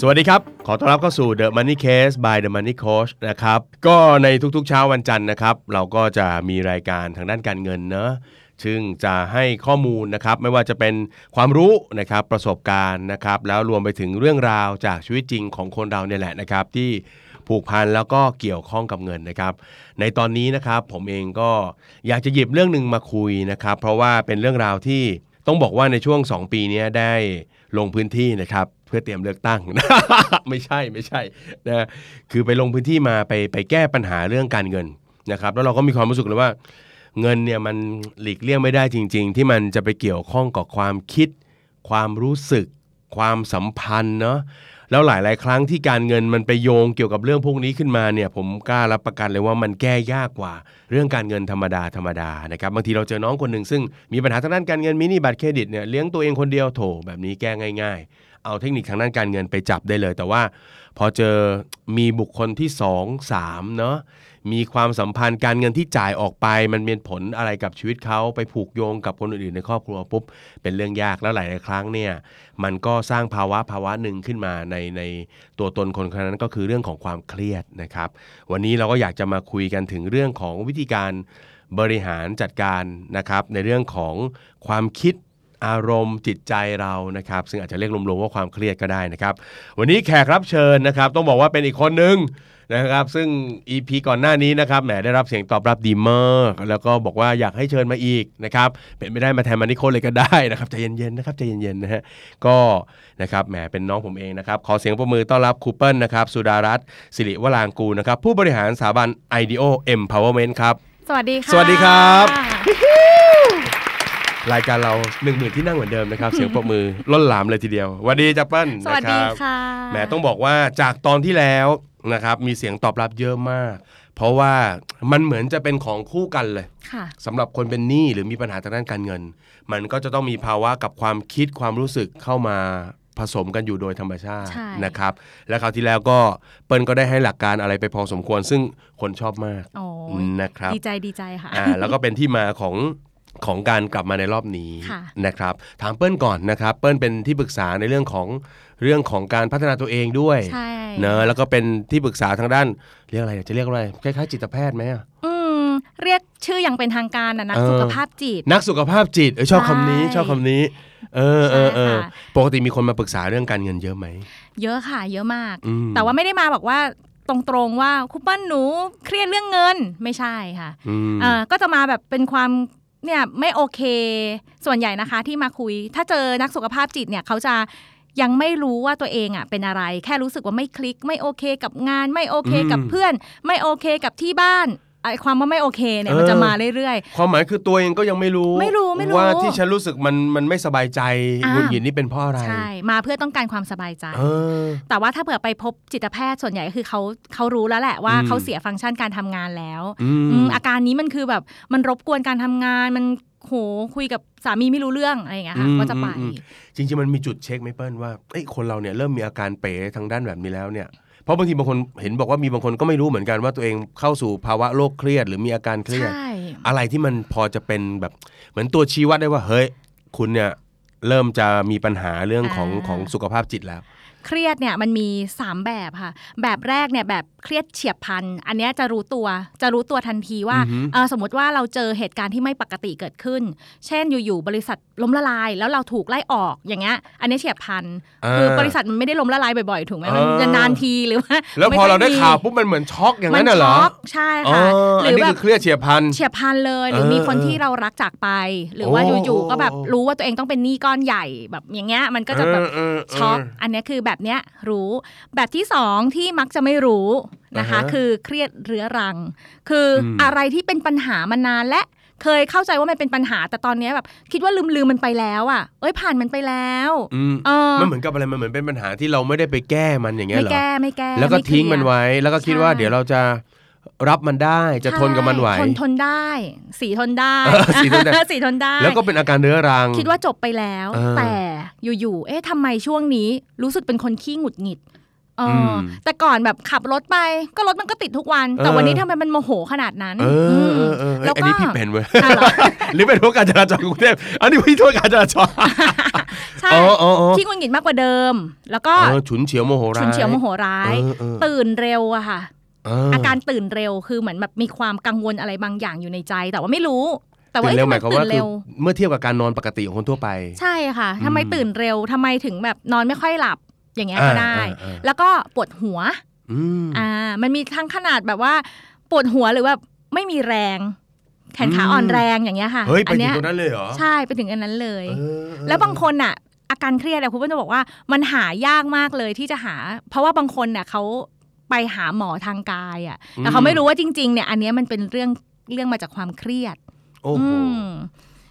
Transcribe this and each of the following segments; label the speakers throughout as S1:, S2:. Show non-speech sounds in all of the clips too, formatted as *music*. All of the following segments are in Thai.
S1: สวัสดีครับ ขอต้อนรับเข้าสู่ The Money Case by The Money Coach นะครับ ก็ในทุกๆเช้าวันจันทร์นะครับ เราก็จะมีรายการทางด้านการเงินเนอะซึ่งจะให้ข้อมูลนะครับ ไม่ว่าจะเป็นความรู้นะครับ ประสบการณ์นะครับ แล้วรวมไปถึงเรื่องราวจากชีวิตจริงของคนเราเนี่ยแหละนะครับ ที่ผูกพันแล้วก็เกี่ยวข้องกับเงินนะครับ ในตอนนี้นะครับผมเองก็อยากจะหยิบเรื่องหนึ่งมาคุยนะครับ เพราะว่าเป็นเรื่องราวที่ ต้องบอกว่าในช่วง 2 ปีเนี้ยได้ลงพื้นที่นะครับ เพื่อเตรียมเลือกตั้ง *laughs* ไม่ใช่ไม่ใช่นะคือไปลงพื้นที่มาไปไปแก้ปัญหาเรื่องการเงินนะครับ แล้วเราก็มีความรู้สึกเลยว่า เงินเนี่ยมันหลีกเลี่ยงไม่ได้จริง ๆ ที่มันจะไปเกี่ยวข้องกับความคิด ความรู้สึก ความสัมพันธ์เนาะแล้วหลาย ๆ ครั้งที่การเงินมันไปโยงเกี่ยวกับเรื่องพวกนี้ขึ้นมาเนี่ย ผมกล้ารับประกันเลยว่ามันแก้ยากกว่า เรื่องการเงินธรรมดาธรรมดานะครับบางทีเราเจอน้องคนหนึ่งซึ่งมีปัญหาทางด้านการเงินมินิบัตรเครดิตเนี่ยเลี้ยงตัวเองคนเดียวโถแบบนี้แก้ง่าย ๆ เอาเทคนิคทางด้านการเงินไปจับได้เลย แต่ว่าพอเจอมีบุคคลที่สองสามเนาะมีความสัมพันธ์การเงินที่จ่ายออกไป มันมีผลอะไรกับชีวิตเขาไปผูกโยงกับคนอื่นๆในครอบครัวปุ๊บเป็นเรื่องยากแล้วหลายๆครั้งเนี่ยมันก็สร้างภาวะภาวะหนึ่งขึ้นมาในในตัวตนคนคนนั้นก็คือเรื่องของความเครียดนะครับ วันนี้เราก็อยากจะมาคุยกันถึงเรื่องของวิธีการบริหารจัดการนะครับ ในเรื่องของความคิดอารมณ์จิตใจเรานะครับ ซึ่งอาจจะเรียกรวมๆว่าความเครียดก็ได้นะครับ วันนี้แขกรับเชิญนะครับ ต้องบอกว่าเป็นอีกคนหนึ่งนะครับ ซึ่ง EP ก่อนหน้านี้นะครับแหมได้รับเสียงตอบรับดีมากแล้วก็บอกว่าอยากให้เชิญมาอีกนะครับ เป็นไม่ได้มาแทนมานิโคเลยก็ได้นะครับใจเย็นๆนะครับใจเย็นๆนะฮะก็นะครับแหมเป็นน้องผมเองนะครับ ขอเสียงปรบมือต้อนรับครูเปิลนะครับสุดารัตน์สิริวรางกูลนะครับ ผู้บริหารสถาบัน IDEO Empowerment ครับ
S2: สวัสดีค่ะ
S1: สวัสดีครับ รายการเรา 1 0,000 ที่นั่งเหมือนเดิมนะครับ เสียงปรบมือล้นหลามเลยทีเดียวสวัสดีจับเปิ้ล
S2: สวัส
S1: นะค
S2: ดี
S1: รับ
S2: ค่ะ
S1: แหมต้องบอกว่าจากตอนที่แล้วนะครับมีเสียงตอบรับเยอะมาก เพราะว่ามันเหมือนจะเป็นของคู่กันเลย
S2: ค่ะ
S1: สำหรับคนเป็นหนี้หรือมีปัญหาทางด้านการเงิน มันก็จะต้องมีภาวะกับความคิดความรู้สึกเข้ามาผสมกันอยู่โดยธรรมชาติ
S2: ใช่
S1: นะครับ และคราวที่แล้วก็เปิ้ลก็ได้ให้หลักการอะไรไปพอสมควร ซึ่งคนชอบมาก
S2: โอ้
S1: นะครับ
S2: ดีใจดีใจค่ะ
S1: อ่าแล้วก็เป็นที่มาของของการกลับมาในรอบนี้
S2: ค่ะ
S1: นะครับถามเปิ้ลก่อนนะครับ เปิ้ลเป็นที่ปรึกษาในเรื่องของเรื่องของการพัฒนาตัวเองด้วย
S2: ใช่
S1: เนอะแล้วก็เป็นที่ปรึกษาทางด้านเรียกอะไรจะเรียกว่าอะไรคล้ายๆจิตแพทย์ไหมอะ
S2: อืมเรียกชื่ออย่างเป็นทางการนะนัก
S1: เออ
S2: สุขภาพจิต
S1: นักสุขภาพจิตเอยชอบ
S2: ใช่
S1: คำนี้ชอบคำนี้เออเออเออ
S2: ใช่ค่ะ
S1: ปกติมีคนมาปรึกษาเรื่องการเงินเยอะไหม
S2: เยอะค่ะ เยอะมาก
S1: อืม
S2: แต่ว่าไม่ได้มาบอกว่าตรงๆว่าคุณเป้นหนูเครียดเรื่องเงินไม่ใช่ค่ะ
S1: อืม
S2: เอ่อก็จะมาแบบเป็นความเนี่ยไม่โอเค ส่วนใหญ่นะคะที่มาคุย ถ้าเจอนักสุขภาพจิตเนี่ยเขาจะยังไม่รู้ว่าตัวเองอ่ะเป็นอะไร แค่รู้สึกว่าไม่คลิก ไม่โอเคกับงาน ไม่โอเคกับ
S1: อืม
S2: เพื่อน ไม่โอเคกับที่บ้านไอความว่าไม่โอเคเนี่ย
S1: เออ
S2: มันจะมาเรื่อย
S1: ความหมายคือตัวเองก็ยังไม่รู้
S2: ไม่รู้ไม่รู้
S1: ว่าที่ฉันรู้สึกมันมันไม่สบายใจ
S2: อ่า
S1: หงุดหงิดนี่เป็นเพราะอะไร
S2: ๆ ใช่ มาเพื่อต้องการความสบายใจ
S1: เออ
S2: แต่ว่าถ้าเผื่อไปพบจิตแพทย์ส่วนใหญ่ก็คือเขาเขารู้แล้วแหละว่า
S1: อืม
S2: เขาเสียฟังก์ชันการทำงานแล้ว
S1: อืม
S2: อืมอาการนี้มันคือแบบมันรบกวนการทำงาน มันโหคุยกับสามีไม่รู้เรื่องอะไรอย่างเงี้ยค่ะ
S1: อืม
S2: ก็จะไป
S1: อืมอืม จริงๆมันมีจุดเช็คไหมเปิ้ลว่าเอ้ยคนเราเนี่ยเริ่มมีอาการเป๋ทางด้านแบบนี้แล้วเนี่ยเพราะบางทีบางคนเห็นบอกว่ามีบางคนก็ไม่รู้เหมือนกันว่าตัวเองเข้าสู่ภาวะโรคเครียด หรือมีอาการเครียด
S2: ใช่
S1: อะไรที่มันพอจะเป็นแบบเหมือนตัวชี้วัดได้ว่าเฮ้ยคุณเนี่ยเริ่มจะมีปัญหาเรื่องของ
S2: อ่า
S1: ของสุขภาพจิตแล้ว
S2: เครียดเนี่ยมันมี 3 แบบค่ะ แบบแรกเนี่ยแบบเครียดเฉียบพลัน อันเนี้ยจะรู้ตัวจะรู้ตัวทันทีว่า
S1: อือฮึ
S2: เออสมมติว่าเราเจอเหตุการณ์ที่ไม่ปกติเกิดขึ้น เช่นอยู่ๆบริษัทล้มละลาย แล้วเราถูกไล่ออกอย่างเงี้ยอันนี้เฉียบพลัน คือบริษัทมันไม่ได้ล้มละลายบ่อยๆ ถูกไหมมัน
S1: เออ
S2: นานๆทีหรือว่า
S1: แล้วพอ
S2: ม่ค่ย
S1: เราได้
S2: มี
S1: ข่าวปุ๊บมันเหมือนช็อกอย่าง
S2: มั
S1: นั้นน่ะเหรอ
S2: ช็อกใช่
S1: อ๋อ
S2: ค่ะห
S1: อัน
S2: รือ
S1: นี้คื
S2: แบบ
S1: อเครียดเฉียบพลัน
S2: เฉียบพลันเลย หรือ
S1: เออ
S2: มีคน
S1: เออ
S2: ที่เรารักจากไป หรือว่า
S1: โอ้
S2: อยู่ๆก็แบบ
S1: โอ้
S2: รู้ว่าตัวเองต้องเป็นหนี้ก้อนใหญ่แบบอย่างเงี้ยมันก็จะแบบ
S1: เเ
S2: ช็อก
S1: เ
S2: อันเนี้ยคือแบบเนี้ยรู้แบบที่สองที่มักจะไม่รู้นะคะ
S1: อ่าฮะ
S2: คือเครียดเรื้อรัง คืออ
S1: ม
S2: อะไรที่เป็นปัญหามานานและเคยเข้าใจว่ามันเป็นปัญหา แต่ตอนเนี้ยแบบคิดว่าลืมลืมมันไปแล้วอ่ะ เอ้ยผ่านมันไปแล้ว
S1: อืม
S2: เออ
S1: มันเหมือนกับอะไรมันเหมือนเป็นปัญหาที่เราไม่ได้ไปแก้มันอย่างเงี้ย
S2: ไม่
S1: เหรอ
S2: แก้ไม่แก้
S1: แล้วก็
S2: ไเคย
S1: ทิ้งมันไว้แล้วก็คิดว่า
S2: ใช่
S1: เดี๋ยวเราจะ รับมันได้จะทนกับมันไหว
S2: ใช่ทนทนได้ สีทนได้
S1: เออสีทนได้
S2: *laughs* สีทนได้
S1: แล้วก็เป็นอาการเรื้อรัง
S2: คิดว่าจบไปแล้ว
S1: เออ
S2: แต่อยู่ๆ เอ๊ะทำไมช่วงนี้รู้สึกเป็นคนขี้หงุดหงิดเออ
S1: ม
S2: อแต่ก่อนแบบขับรถไป ก็รถมันก็ติดทุกวัน แต่
S1: เออ
S2: วันนี้ทำไมมันโมโหขนาดนั้น
S1: เออ
S2: ม
S1: เออเออเออ
S2: แล้ว
S1: อัน
S2: ก็
S1: นี้พี่เป็นเว้ย
S2: อ่ะเหรอ
S1: *laughs* หรือเป็นเพราะการจราจรกรุงเทพอันนี้พี่โทษการจราจร
S2: ใช่
S1: อ๋ออ๋ออ๋อ
S2: ขี้หงุดหงิดมากกว่าเดิม แล้วก็
S1: เออฉุนเฉียวโมโหร้าย
S2: ฉุนเฉียวโมโหร้าย
S1: เออเออ
S2: ตื่นเร็วอะค่ะ
S1: เ
S2: อาการตื่นเร็วคือเหมือนแบบมีความกังวลอะไรบางอย่างอยู่ในใจ แต่ว่าไม่รู้ แต่ว่า
S1: ตื่นเร็วห
S2: เอ๊ะ
S1: มาย
S2: ทำ
S1: ความว่า
S2: ไมตื่
S1: นคือ
S2: เร็ว
S1: เมื่อเทียบกับการนอนปกติของคนทั่วไป
S2: ใช่ค่ะทำไม
S1: อืม
S2: ตื่นเร็วทำไมถึงแบบนอนไม่ค่อยหลับอย่างเงี้ยก็ได้
S1: อ่าอ่าอ่า
S2: แล้วก็ปวดหัว
S1: อืม
S2: อ่า มันมีทั้งขนาดแบบว่า ปวดหัวหรือแบบไม่มีแรง แขนขา
S1: อืม
S2: อ่อนแรงอย่างเงี้ยค่ะ
S1: เฮ้ยไปถึ
S2: เนี้
S1: ง
S2: ย
S1: ตรงนั้นเลยเหรอ
S2: ใช่ไปถึงอันนั้นเลย
S1: เออเออ
S2: แล้วบางคนอ่ะ อาการเครียดอะคุณผู้ชมบอกว่ามันหายากมากเลยที่จะหา เพราะว่าบางคนน่ะเขาไปหาหมอทางกายอ่ะแต่เขาไม่รู้ว่าจริงๆเนี่ยอันเนี้ยมันเป็นเรื่องเรื่องมาจากความเครียด
S1: โอ้โห
S2: อืม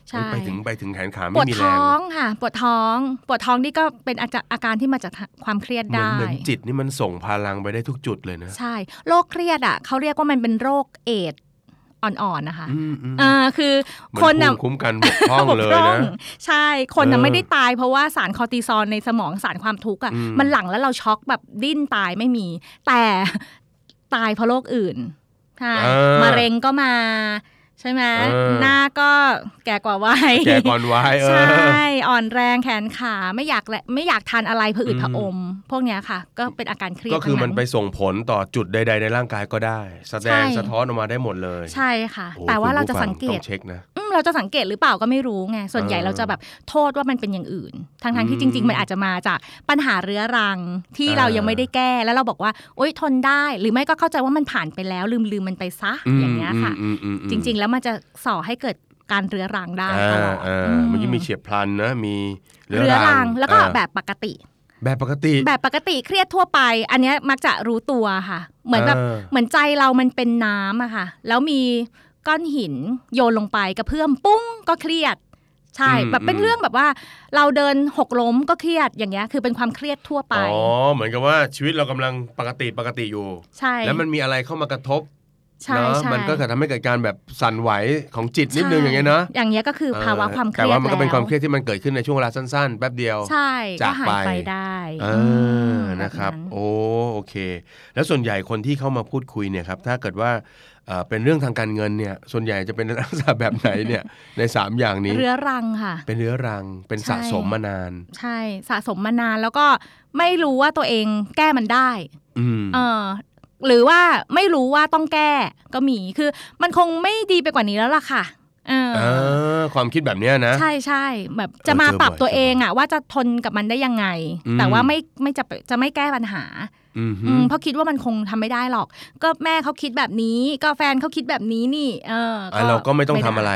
S2: ใช่
S1: ไปถึงไปถึงแขนขา
S2: ป
S1: ไม่
S2: วด
S1: มีแร
S2: ท้
S1: ง
S2: องค่ะ ปวดท้อง ปวดท้องนี่ก็เป็นอาจจะอาการที่มาจากความเครียด
S1: เหมือน
S2: ได้
S1: เหมือนจิตนี่มันส่งพลังไปได้ทุกจุดเลยนะ
S2: ใช่โรคเครียดอ่ะเขาเรียกว่ามันเป็นโรคเอดส์อ่อนๆนะคะ
S1: อืมอืม
S2: อ่าคือ
S1: เหมือ
S2: คน
S1: ภู
S2: น่ะ
S1: มิคุ้มกันบกพร่องเลย
S2: บกพร่
S1: นะ
S2: ใช่คนน่ะ
S1: เออ
S2: ไม่ได้ตายเพราะว่าสารคอร์ติซอลในสมองสารความทุกข์อ่ะ
S1: อืม
S2: มันหลั่งแล้วเราช็อกแบบดิ้นตายไม่มี แต่ ตายเพราะโรคอื่นใช่
S1: อ่าม
S2: มะเร็งก็มา ใช่ไหม
S1: เออ
S2: หน้าก็แก่กว่าวัย
S1: แกก่อนไว้เอ
S2: ใช
S1: อ
S2: ่ อ่อนแรงแขนขาไม่อยากและไม่อยากทานอะไรผะอืด
S1: อืม
S2: ผะอม พวกเนี้ยค่ะ ก็เป็นอาการเครียด
S1: ก็คือมันไป
S2: ทั้ง
S1: ส่งผลต่อจุดใด ๆ ในร่างกายก็ได้ แสดง
S2: ใช่
S1: สะท้อนออกมาได้หมดเลย
S2: ใช่ค่ะ
S1: โอ้
S2: แต่ว่า
S1: คุณ
S2: เรา
S1: ผู้
S2: จะ
S1: ฟั
S2: สังเก
S1: ต้
S2: ต
S1: อเช็คนะ
S2: อืมเราจะสังเกตหรือเปล่าก็ไม่รู้ไงส่วนใหญ่
S1: เออ
S2: เราจะแบบโทษว่ามันเป็นอย่างอื่นทั้ง
S1: อื
S2: ทั้
S1: ม
S2: งที่จริง ๆ มันอาจจะมาจากปัญหาเรื้อรังที่
S1: เออ
S2: เรายังไม่ได้แก้แล้วเราบอกว่าโอ๊ยทนได้ หรือไม่ก็เข้าใจว่ามันผ่านไปแล้วลืมลืมมันไปซะอย่างเงี้ยค่ะ
S1: อืมอืมอืม
S2: จริง ๆ แล้วมันจะส่อให้เกิดการเรื้อรังได้
S1: อ่า
S2: ตลอด
S1: อ่า
S2: อื
S1: เมันยิ่งมีเฉียบพลันนะ มี
S2: เรื้อรังแล้วก็
S1: อ่า
S2: แบบปกติ
S1: แบบปกติ
S2: แบบปกติเครียดทั่วไป อันเนี้ยมักจะรู้ตัวค่ะ เหมือนแบบ
S1: า
S2: เหมือนใจเรามันเป็นน้ำอะค่ะ แล้วมีก้อนหินโยนลงไปกระเพื่อมปุ้งก็เครียด ใช่แบบเป็นเรื่องแบบว่า เราเดินหกล้มก็เครียดอย่างเงี้ยคือเป็นความเครียดทั่วไป
S1: อ๋อ เหมือนกับว่าชีวิตเรากำลังปกติปกติอยู่
S2: ใช่
S1: แล้วมันมีอะไรเข้ามากระทบ
S2: ใช่
S1: เนอะ
S2: ใช่
S1: มันก็จะทำให้เกิดการแบบสั่นไหวของจิตนิดนึงอย่างเงี้ยเนาะ
S2: อย่างเงี้ยก็คือภาวะความเครียด
S1: แต่ว่ามันก็เป็น
S2: แล้
S1: ความเครียดที่มันเกิดขึ้นในช่วงเวลาสั้นๆ แป๊บเดียว
S2: ใช่
S1: จา
S2: ก็
S1: ก
S2: หา
S1: ไป
S2: ยไปได้
S1: เออ
S2: ม
S1: นะครับ
S2: แ
S1: โอ้โอเค แล้วส่วนใหญ่คนที่เข้ามาพูดคุยเนี่ยครับ ถ้าเกิดว่าเอ่อเป็นเรื่องทางการเงินเนี่ย ส่วนใหญ่จะเป็นลักษณะแบบไหนเนี่ย *laughs* ใน 3 อย่างนี้
S2: เรื้อรังค่ะ
S1: เป็นเรื้อรัง เป็น
S2: ใช่
S1: สะสมมานาน
S2: ใช่สะสมมานานแล้วก็ไม่รู้ว่าตัวเองแก้มันได้
S1: อืม
S2: เออหรือว่าไม่รู้ว่าต้องแก้ก็มีคือมันคงไม่ดีไปกว่านี้แล้วล่ะค่ะเออ
S1: เออ ความคิดแบบเนี้ยนะ
S2: ใช่ใช่แบบจะมา
S1: เจอบ่อย
S2: ปรับตัวเองอะว่าจะทนกับมันได้ยังไง
S1: อืม
S2: แต่ว่าไม่ไม่จะจะไม่แก้ปัญหา
S1: อืมฮึ
S2: อืมเพราะคิดว่ามันคงทำไม่ได้หรอก ก็แม่เขาคิดแบบนี้ ก็แฟนเขาคิดแบบนี้นี่ เออ
S1: อ่ะเราก็ไม่ต้องทำอะไร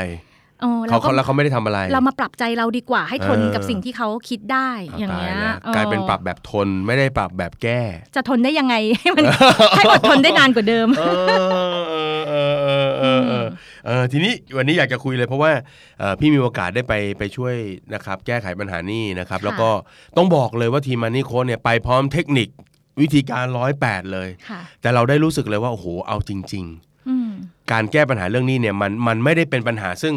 S2: เออ
S1: เขา
S2: เรา
S1: เขาแล้ว
S2: ก็
S1: เขาไม่ได้ทำอะไร
S2: เรามาปรับใจเราดีกว่า ให้ทน
S1: เออ
S2: กับสิ่งที่เขาคิดได้อย่างเงี้ย
S1: ตละ
S2: ออก
S1: ลายเป็นปรับแบบทนไม่ได้ปรับแบบแก้
S2: จะทนได้ยังไง *laughs* ให้มันให้อดทนได้นานกว่าเดิม
S1: เออเออเออเออเออเออทีนี้วันนี้อยากจะคุยเลยเพราะว่าเอ่อพี่มีโอกาสได้ไปไปช่วยนะครับ แก้ไขปัญหานี่นะครับ
S2: ค่ะ
S1: แล้วก็ต้องบอกเลยว่าทีมมันนี่โค้ดเนี่ยไปพร้อมเทคนิควิธีการร้อยแปดเลย
S2: ค่ะ
S1: แต่เราได้รู้สึกเลยว่า โอ้โห เอาจริง
S2: อืม
S1: ๆ การแก้ปัญหาเรื่องนี้เนี่ยมันมันไม่ได้เป็นปัญหาซึ่ง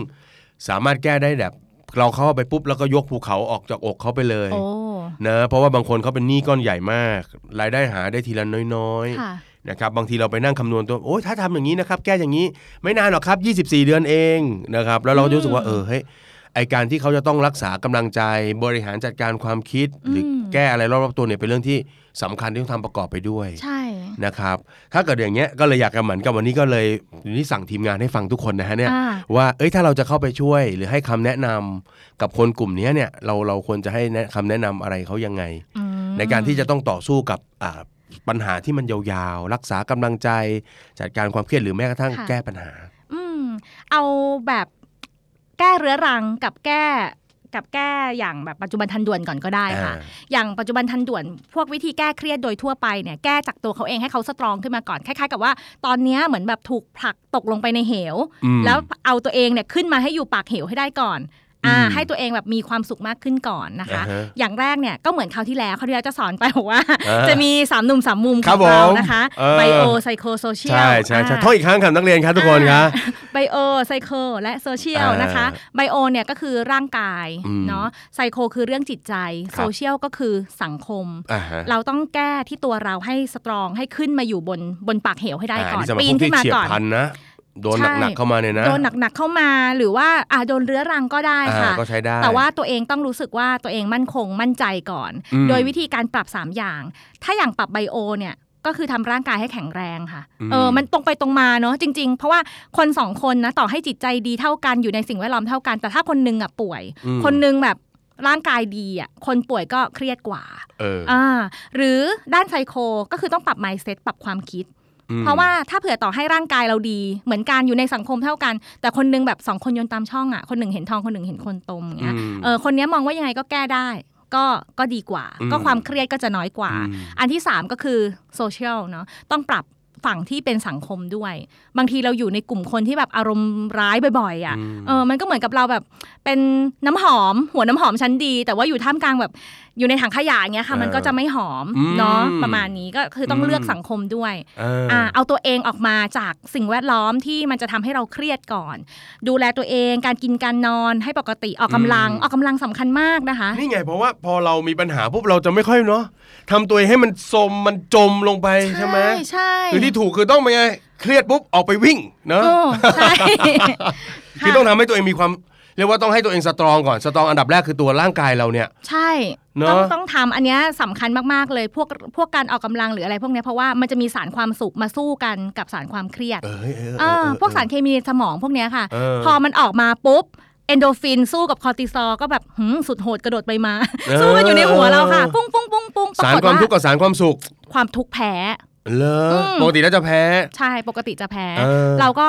S1: สามารถแก้ได้แบบเราเข้าไปปุ๊บแล้วก็ยกภูเขาออกจากอกเขาไปเลย
S2: โอ้
S1: นะเพราะว่าบางคนเขาเป็นหนี้ก้อนใหญ่มาก รายได้หาได้ทีละน้อยๆ
S2: ค่ะ
S1: นะครับบางทีเราไปนั่งคำนวณตัวโอ้ยถ้าทำอย่างนี้นะครับ แก้อย่างนี้ไม่นานหรอกครับ 24 เดือนเองนะครับ แล้วเรา
S2: อืม
S1: จะรู้สึกว่าเออเฮ้ยไอการที่เขาจะต้องรักษากำลังใจบริหารจัดการความคิด หรืออ
S2: ม
S1: แก้อะไรรอบๆตัวเนี่ยเป็นเรื่องที่สำคัญที่ต้องทำประกอบไปด้วย
S2: ใช่
S1: นะครับ ถ้าเกิดอย่างเงี้ยก็เลยอยากจะเหมือนกับวันนี้ก็เลยนี่สั่งทีมงานให้ฟังทุกคนนะฮะเนี่ย
S2: อ่า
S1: ว่าเอ้ยถ้าเราจะเข้าไปช่วย หรือให้คำแนะนำกับคนกลุ่มเนี้ยเนี่ยเราเราควรจะให้แนะคำแนะนำอะไรเขายังไง
S2: อืม
S1: ในการที่จะต้องต่อสู้กับอ่าปัญหาที่มันยาวๆ รักษากำลังใจ จัดการความเครียดหรือแม้กระทั่งแก้ปัญหา
S2: อืมเอาแบบแก้เรื้อรังกับแก้กับแก้อย่างแบบปัจจุบันทันด่วนก่อนก็ได้ค่ะ อย่างปัจจุบันทันด่วน พวกวิธีแก้เครียดโดยทั่วไปเนี่ยแก้จากตัวเขาเองให้เขาสตรองขึ้นมาก่อนคล้ายๆ กับว่าตอนเนี้ยเหมือนแบบถูกผลักตกลงไปในเหว
S1: อืม
S2: แล้วเอาตัวเองเนี่ยขึ้นมาให้อยู่ปากเหวให้ได้ก่อน อ่า
S1: อืม
S2: ให้ตัวเองแบบมีความสุขมากขึ้นก่อนนะคะ
S1: อ่าฮะ
S2: อย่างแรกเนี่ยก็เหมือนคราวที่แล้วคราวที่แล้วจะสอนไปบอกว่า
S1: อ่า
S2: จะมีสามหนุ่มสามมุม
S1: ค
S2: ข
S1: รั
S2: อบ งเรา
S1: ผม
S2: นะคะ
S1: เออ
S2: ไบโอไซโคโซเชียล
S1: ใช่ใช่ใช่ท่องอีกครั้งครับนักเรียนครับทุกคนครับ
S2: ไบโอไซโคและโซเชียล
S1: อ่าน
S2: นะคะไบโอเนี่ยก็คือร่างกาย
S1: อืม
S2: เนาะไซโคคือเรื่องจิตใจ
S1: ครับ
S2: โซเชียลก็คือสังคม
S1: อ่าฮะ
S2: เราต้องแก้ที่ตัวเราให้สตรองให้ขึ้นมาอยู่บนบนปากเหวให้ได้ก่อน
S1: สำหรับ
S2: ปี
S1: พ
S2: น
S1: วก
S2: ขึ้นมา
S1: เฉียบ
S2: ก่อน
S1: พลันนะ โดน
S2: ใช่
S1: หนักๆเข้ามาเนี่ยนะ
S2: โดนหนักๆเข้ามาหรือว่าอ่ะโดนเรื้อรังก็ได้
S1: อ่า
S2: ค่ะ
S1: ก็ใช้ได้
S2: แต่ว่าตัวเองต้องรู้สึกว่าตัวเองมั่นคงมั่นใจก่อน
S1: อืม
S2: โดยวิธีการปรับ 3 อย่าง ถ้าอย่างปรับไบโอเนี่ยก็คือทำร่างกายให้แข็งแรงค่ะเออมันตรงไปตรงมาเนาะจริง ๆ เพราะว่าคนสองคนนะต่อให้จิตใจดีเท่ากันอยู่ในสิ่งแวดล้อมเท่ากัน แต่ถ้าคนหนึงอ่ะป่วย
S1: อืม
S2: คนหนึงแบบร่างกายดีอ่ะคนป่วยก็เครียดกว่า
S1: เออ
S2: อ่าหรือด้านไซโคก็คือต้องปรับ mindset ปรับความคิด
S1: อืม
S2: เพราะว่าถ้าเผื่อต่อให้ร่างกายเราดี เหมือนกันอยู่ในสังคมเท่ากัน แต่คนหนึงแบบสองคนโยนตามช่องอ่ะคนหนึ่งเห็นทองคนหนึ่งเห็นคนตมอย่างเงี้ย
S1: อืม
S2: เออคนเนี้ยมองว่ายังไงก็แก้ได้ ก็ก็ดีกว่า
S1: อืม
S2: ก็ความเครียดก็จะน้อยกว่า
S1: ม
S2: อันที่ 3 ก็คือโซเชียลเนาะต้องปรับฝั่งที่เป็นสังคมด้วย บางทีเราอยู่ในกลุ่มคนที่แบบอารมณ์ร้ายบ่อยๆอ่ะ
S1: อืม
S2: เออมันก็เหมือนกับเราแบบเป็นน้ำหอม หัวน้ำหอมชั้นดี แต่ว่าอยู่ท่ามกลางแบบอยู่ในถังขยะอย่างเงี้ยค่ะ มันก็จะไม่หอมเนาะประมาณนี้ก็คือต้องเลือกสังคมด้วย
S1: เอออ
S2: อ่าเอาตัวเองออกมาจากสิ่งแวดล้อมที่มันจะทำให้เราเครียดก่อน ดูแลตัวเองการกินการนอนให้ปกติออกกำลัง
S1: อืม
S2: ออกกำลังสำคัญมากนะคะ
S1: นี่ไงเพราะว่าพอเรามีปัญหาปุ๊บเราจะไม่ค่อยเนาะทำตัวเองให้มันสมมันจมลงไปใช่ไหม
S2: ใช่
S1: คือที่ถูกคือต้องไปนไงเครียดปุ๊บออกไปวิ่งเนาะ
S2: โอ้ใช่
S1: *laughs* คือต้องทำให้ตัวเองมีความเรียกว่าต้องให้ตัวเองสตรองก่อนสตรองอันดับแรกคือตัวร่างกายเราเนี่ย
S2: ใช่
S1: เนอะ
S2: ต้องต้องทำอันเนี้ยสำคัญมาก ๆ เลยพวกพวกการออกกำลังหรืออะไรพวกเนี้ยเพราะว่ามันจะมีสารความสุขมาสู้กันกับสารความเครียด
S1: เออเออเออ
S2: เอ
S1: เออ
S2: อ
S1: เออ
S2: พวกสารเคมีในสมองพวกเนี้ยค่ะ
S1: เออ
S2: พอมันออกมาปุ๊บเอนโดฟินสู้กับคอร์ติซอลก็แบบหืมสุดโหดกระโดดไปมา
S1: เออ
S2: สู้กันอยู่ในหัวเราค่ะ ปุ้งปุ้งปุ้งปุ้งป
S1: สาร
S2: กฏ
S1: ความทุกข์กับสารความสุข
S2: ความทุกข์แพ้
S1: เล
S2: อื
S1: อ
S2: ม
S1: ปกติแล้วจะแพ้
S2: ใช่ปกติจะแพ้
S1: เออ
S2: เราก็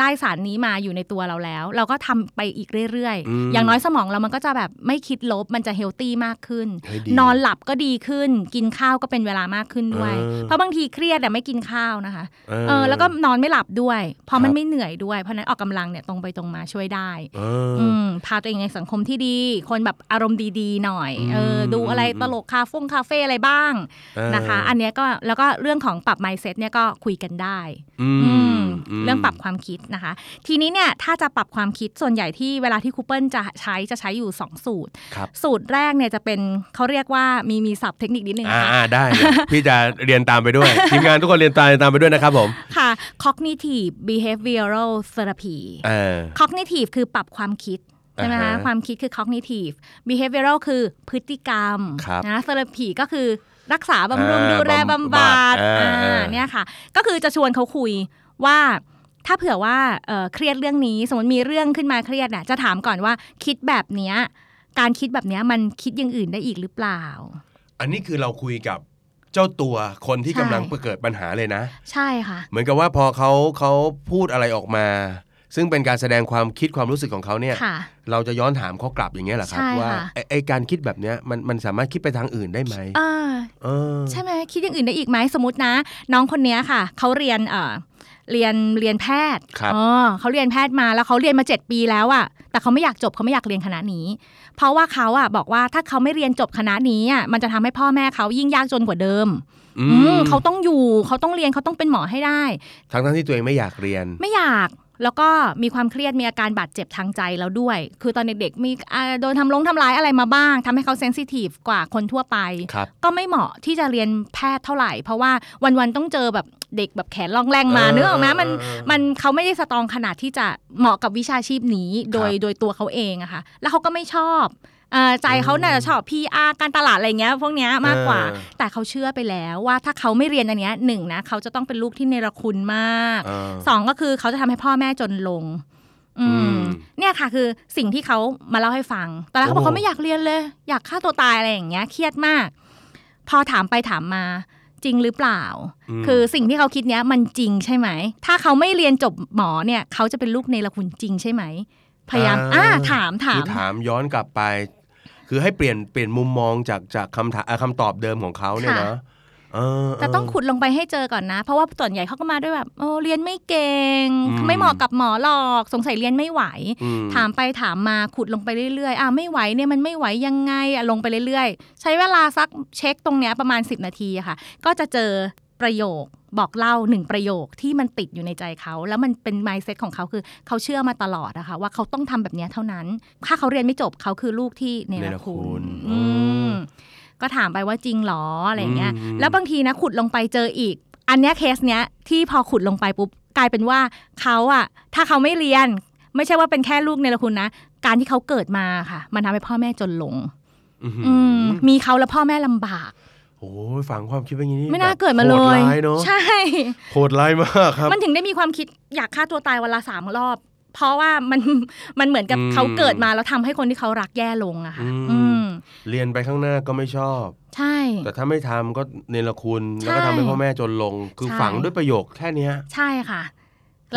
S2: ได้สารนี้มาอยู่ในตัวเราแล้ว เราก็ทำไปอีกเรื่อย
S1: อืม
S2: ๆ อย่างน้อยสมองเรามันก็จะแบบไม่คิดลบมันจะเฮลตี้มากขึ้น
S1: เฮ้ยดี
S2: นอนหลับก็ดีขึ้น กินข้าวก็เป็นเวลามากขึ้นด้วย
S1: เออ
S2: เพราะบางทีเครียดแต่ไม่กินข้าวนะคะ
S1: เอ
S2: เออแล้วก็นอนไม่หลับด้วยเพราะ
S1: ค
S2: มั
S1: รั
S2: น
S1: บ
S2: ไม่เหนื่อยด้วยเพราะฉะนั้นออกกำลังเนี่ยตรงไปตรงมาช่วยได้
S1: เออ
S2: อืมพาตัวเองในสังคมที่ดี คนแบบอารมณ์ดีๆหน่อยเออ
S1: ม
S2: ดูอะไรตลกคาเฟ่งคาเฟ่อะไรบ้าง
S1: เออ
S2: นะคะ อันเนี้ยก็แล้วก็เรื่องของปรับ mindset เนี่ยก็คุยกันได้
S1: อืม
S2: อืม
S1: ม
S2: เรื่องปรับความคิดนะคะ ทีนี้เนี่ยถ้าจะปรับความคิดส่วนใหญ่ที่เวลาที่คูเปิลจะใช้จะใช้อยู่ 2 สูตร
S1: ครับ
S2: สูตรแรกเนี่ยจะเป็นเขาเรียกว่ามีมีศัพท์เทคนิคนิดนึง
S1: อ่า
S2: นะคะ
S1: อ่าได้เลยพี่จะเรียนตามไป *laughs* ด้วย ทีมงานทุกคนเรียนตามตามไปด้วยนะครับผม
S2: ค่ะ cognitive behavioral therapy
S1: เออ
S2: cognitive คือปรับความคิดใช่ไหม
S1: อ่า
S2: คะ
S1: ฮะ
S2: ความคิดคือ cognitive behavioral คือพฤติกรรม
S1: ครับ
S2: นะ therapy ก็คือรักษาบำรุง
S1: อ่า
S2: ดูแล
S1: บำ
S2: บำ
S1: บั
S2: บั
S1: ด
S2: ด
S1: อ่า
S2: อ่า
S1: อ่า
S2: เนี่ยค่ะ ก็คือจะชวนเขาคุยว่า ถ้าเผื่อว่าเอ่อเครียดเรื่องนี้ สมมติมีเรื่องขึ้นมาเครียดน่ะจะถามก่อนว่าคิดแบบเนี้ยการคิดแบบเนี้ยมันคิดอย่างอื่นได้อีกหรือเปล่า
S1: อันนี้คือเราคุยกับเจ้าตัวคนที่
S2: ใช่
S1: กำลังเกิดปัญหาเลยนะ
S2: ใช่ค่ะ
S1: เหมือนกับว่าพอเขาเขาพูดอะไรออกมา ซึ่งเป็นการแสดงความคิดความรู้สึกของเขาเนี่ย
S2: ค่ะ
S1: เราจะย้อนถามเขากลับอย่างเงี้ยเหรอครับ
S2: ใช่
S1: ว่า
S2: ค่ะ
S1: ไอ้ไอการคิดแบบเนี้ยมันมันสามารถคิดไปทางอื่นได้ไหม
S2: เออ
S1: เออ
S2: ใช่ไหมคิดอย่างอื่นได้อีกไหมสมมตินะ น้องคนเนี้ยค่ะเขาเรียนเอ่อเรียนเรียนแพทย์
S1: ครับ
S2: อ๋อเขาเรียนแพทย์มาแล้วเขาเรียนมา 7 ปีแล้วอะแต่เขาไม่อยากจบเขาไม่อยากเรียนคณะนี้ เพราะว่าเขาอะบอกว่าถ้าเขาไม่เรียนจบคณะนี้อะมันจะทำให้พ่อแม่เขายิ่งยากจนกว่าเดิม
S1: อืม
S2: มเขาต้องอยู่เขาต้องเรียนเขาต้องเป็นหมอให้ได้
S1: ทั้งทั้งที่ตัวเองไม่อยากเรียน
S2: ไม่อยากแล้วก็มีความเครียดมีอาการบาดเจ็บทางใจแล้วด้วย คือตอนเด็กๆมีอ่าโดนทำลงทำร้ายอะไรมาบ้างทำให้เขาเซนซิทีฟกว่าคนทั่วไป
S1: ครับ
S2: ก็ไม่เหมาะที่จะเรียนแพทย์เท่าไหร่ เพราะว่าวันๆต้องเจอแบบเด็กแบบแขนล่องแรงมา
S1: เออ
S2: เนื้อออกนะ
S1: เออ
S2: มัน
S1: เออ
S2: มันเขาไม่ได้สตรองขนาดที่จะเหมาะกับวิชาชีพนี้โดย
S1: ครับ
S2: โดยตัวเขาเองอะค่ะ แล้วเขาก็ไม่ชอบเอ่อใจเขาน่าจะชอบ PR การตลาดอะไรเงี้ยพวกเนี้ยมากกว่า
S1: เออ
S2: แต่เขาเชื่อไปแล้วว่าถ้าเขาไม่เรียนอันเนี้ยหนึ่งนะเขาจะต้องเป็นลูกที่เนรคุณมาก
S1: เออ
S2: สองก็คือเขาจะทำให้พ่อแม่จนลง อื
S1: อื
S2: ม
S1: ม
S2: เนี่ยค่ะคือสิ่งที่เขามาเล่าให้ฟัง ตอนแรกเขาบอ
S1: โอ้
S2: กเขาไม่อยากเรียนเลย อยากฆ่าตัวตายอะไรอย่างเงี้ย เครียดมาก พอถามไปถามมาจริงหรือเปล่า คือสิ่งที่เขาคิดเนี้ยมันจริงใช่ไหม ถ้าเขาไม่เรียนจบหมอเนี่ย เขาจะเป็นลูกในละคุณจริงใช่ไหม พยายามอ่าถามถา
S1: คือ
S2: ม
S1: ถามย้อนกลับไป คือให้เปลี่ยนเปลี่ยนมุมมองจากจากคำถามอ่ะคำตอบเดิมของเขาเนี่ย
S2: ค่ะ
S1: นะ เออ
S2: แต่ต้อง
S1: เ
S2: ขุดลงไปให้เจอก่อนนะ เพราะว่าส่วนใหญ่เขาก็มาด้วยแบบโอ้เรียนไม่เก่ง
S1: อืม
S2: ไม่เหมาะกับหมอหรอกสงสัยเรียนไม่ไหว
S1: อื
S2: ถามไปถามมาขุดลงไปเรื่อยๆอ่ะไม่ไหวเนี่ยมันไม่ไหวยังไงอ่ะลงไปเรื่อยๆ ใช้เวลาสักเช็คตรงเนี้ยประมาณ 10 นาทีอะค่ะ ก็จะเจอประโยคบอกเล่าหนึ่งประโยคที่มันติดอยู่ในใจเขา แล้วมันเป็น mindset ของเขาคือเขาเชื่อมาตลอดนะคะว่าเขาต้องทำแบบเนี้ยเท่านั้น ถ้าเขาเรียนไม่จบเขาคือลูกที่เนรคุณอืมก็ถามไปว่าจริงเหรออะไรอย่างเงี้ย
S1: อืม
S2: แล้วบางทีนะขุดลงไปเจออีก อันเนี้ยเคสเนี้ยที่พอขุดลงไปปุ๊บกลายเป็นว่าเขาอะถ้าเขาไม่เรียน ไม่ใช่ว่าเป็นแค่ลูกในละคุณนะ การที่เขาเกิดมาค่ะ มันทำให้พ่อแม่จนลง
S1: อื้อหือ
S2: อืมมีเขาแล้วพ่อแม่ลำบาก
S1: โอ้ยฝังความคิดแบบนี้
S2: ไม่น่า
S1: แบบ
S2: เกิดมาเลย
S1: โหดร้ายเนาะ
S2: ใช่
S1: โหดร้ายมากครับ
S2: มันถึงได้มีความคิดอยากฆ่าตัวตายวันละสามรอบ เพราะว่ามัน มันเหมือนกับ
S1: อืม
S2: เขาเกิดมาแล้วทำให้คนที่เขารักแย่ลงอะค่ะ
S1: อืม
S2: อืม
S1: เรียนไปข้างหน้าก็ไม่ชอบ
S2: ใช่
S1: แต่ถ้าไม่ทำก็เนรคุณ
S2: ใช่
S1: แล้วก็ทำให้พ่อแม่จนลง คือ
S2: ใช่
S1: ฝังด้วยประโยคแค่เนี้ย
S2: ใช่ค่ะ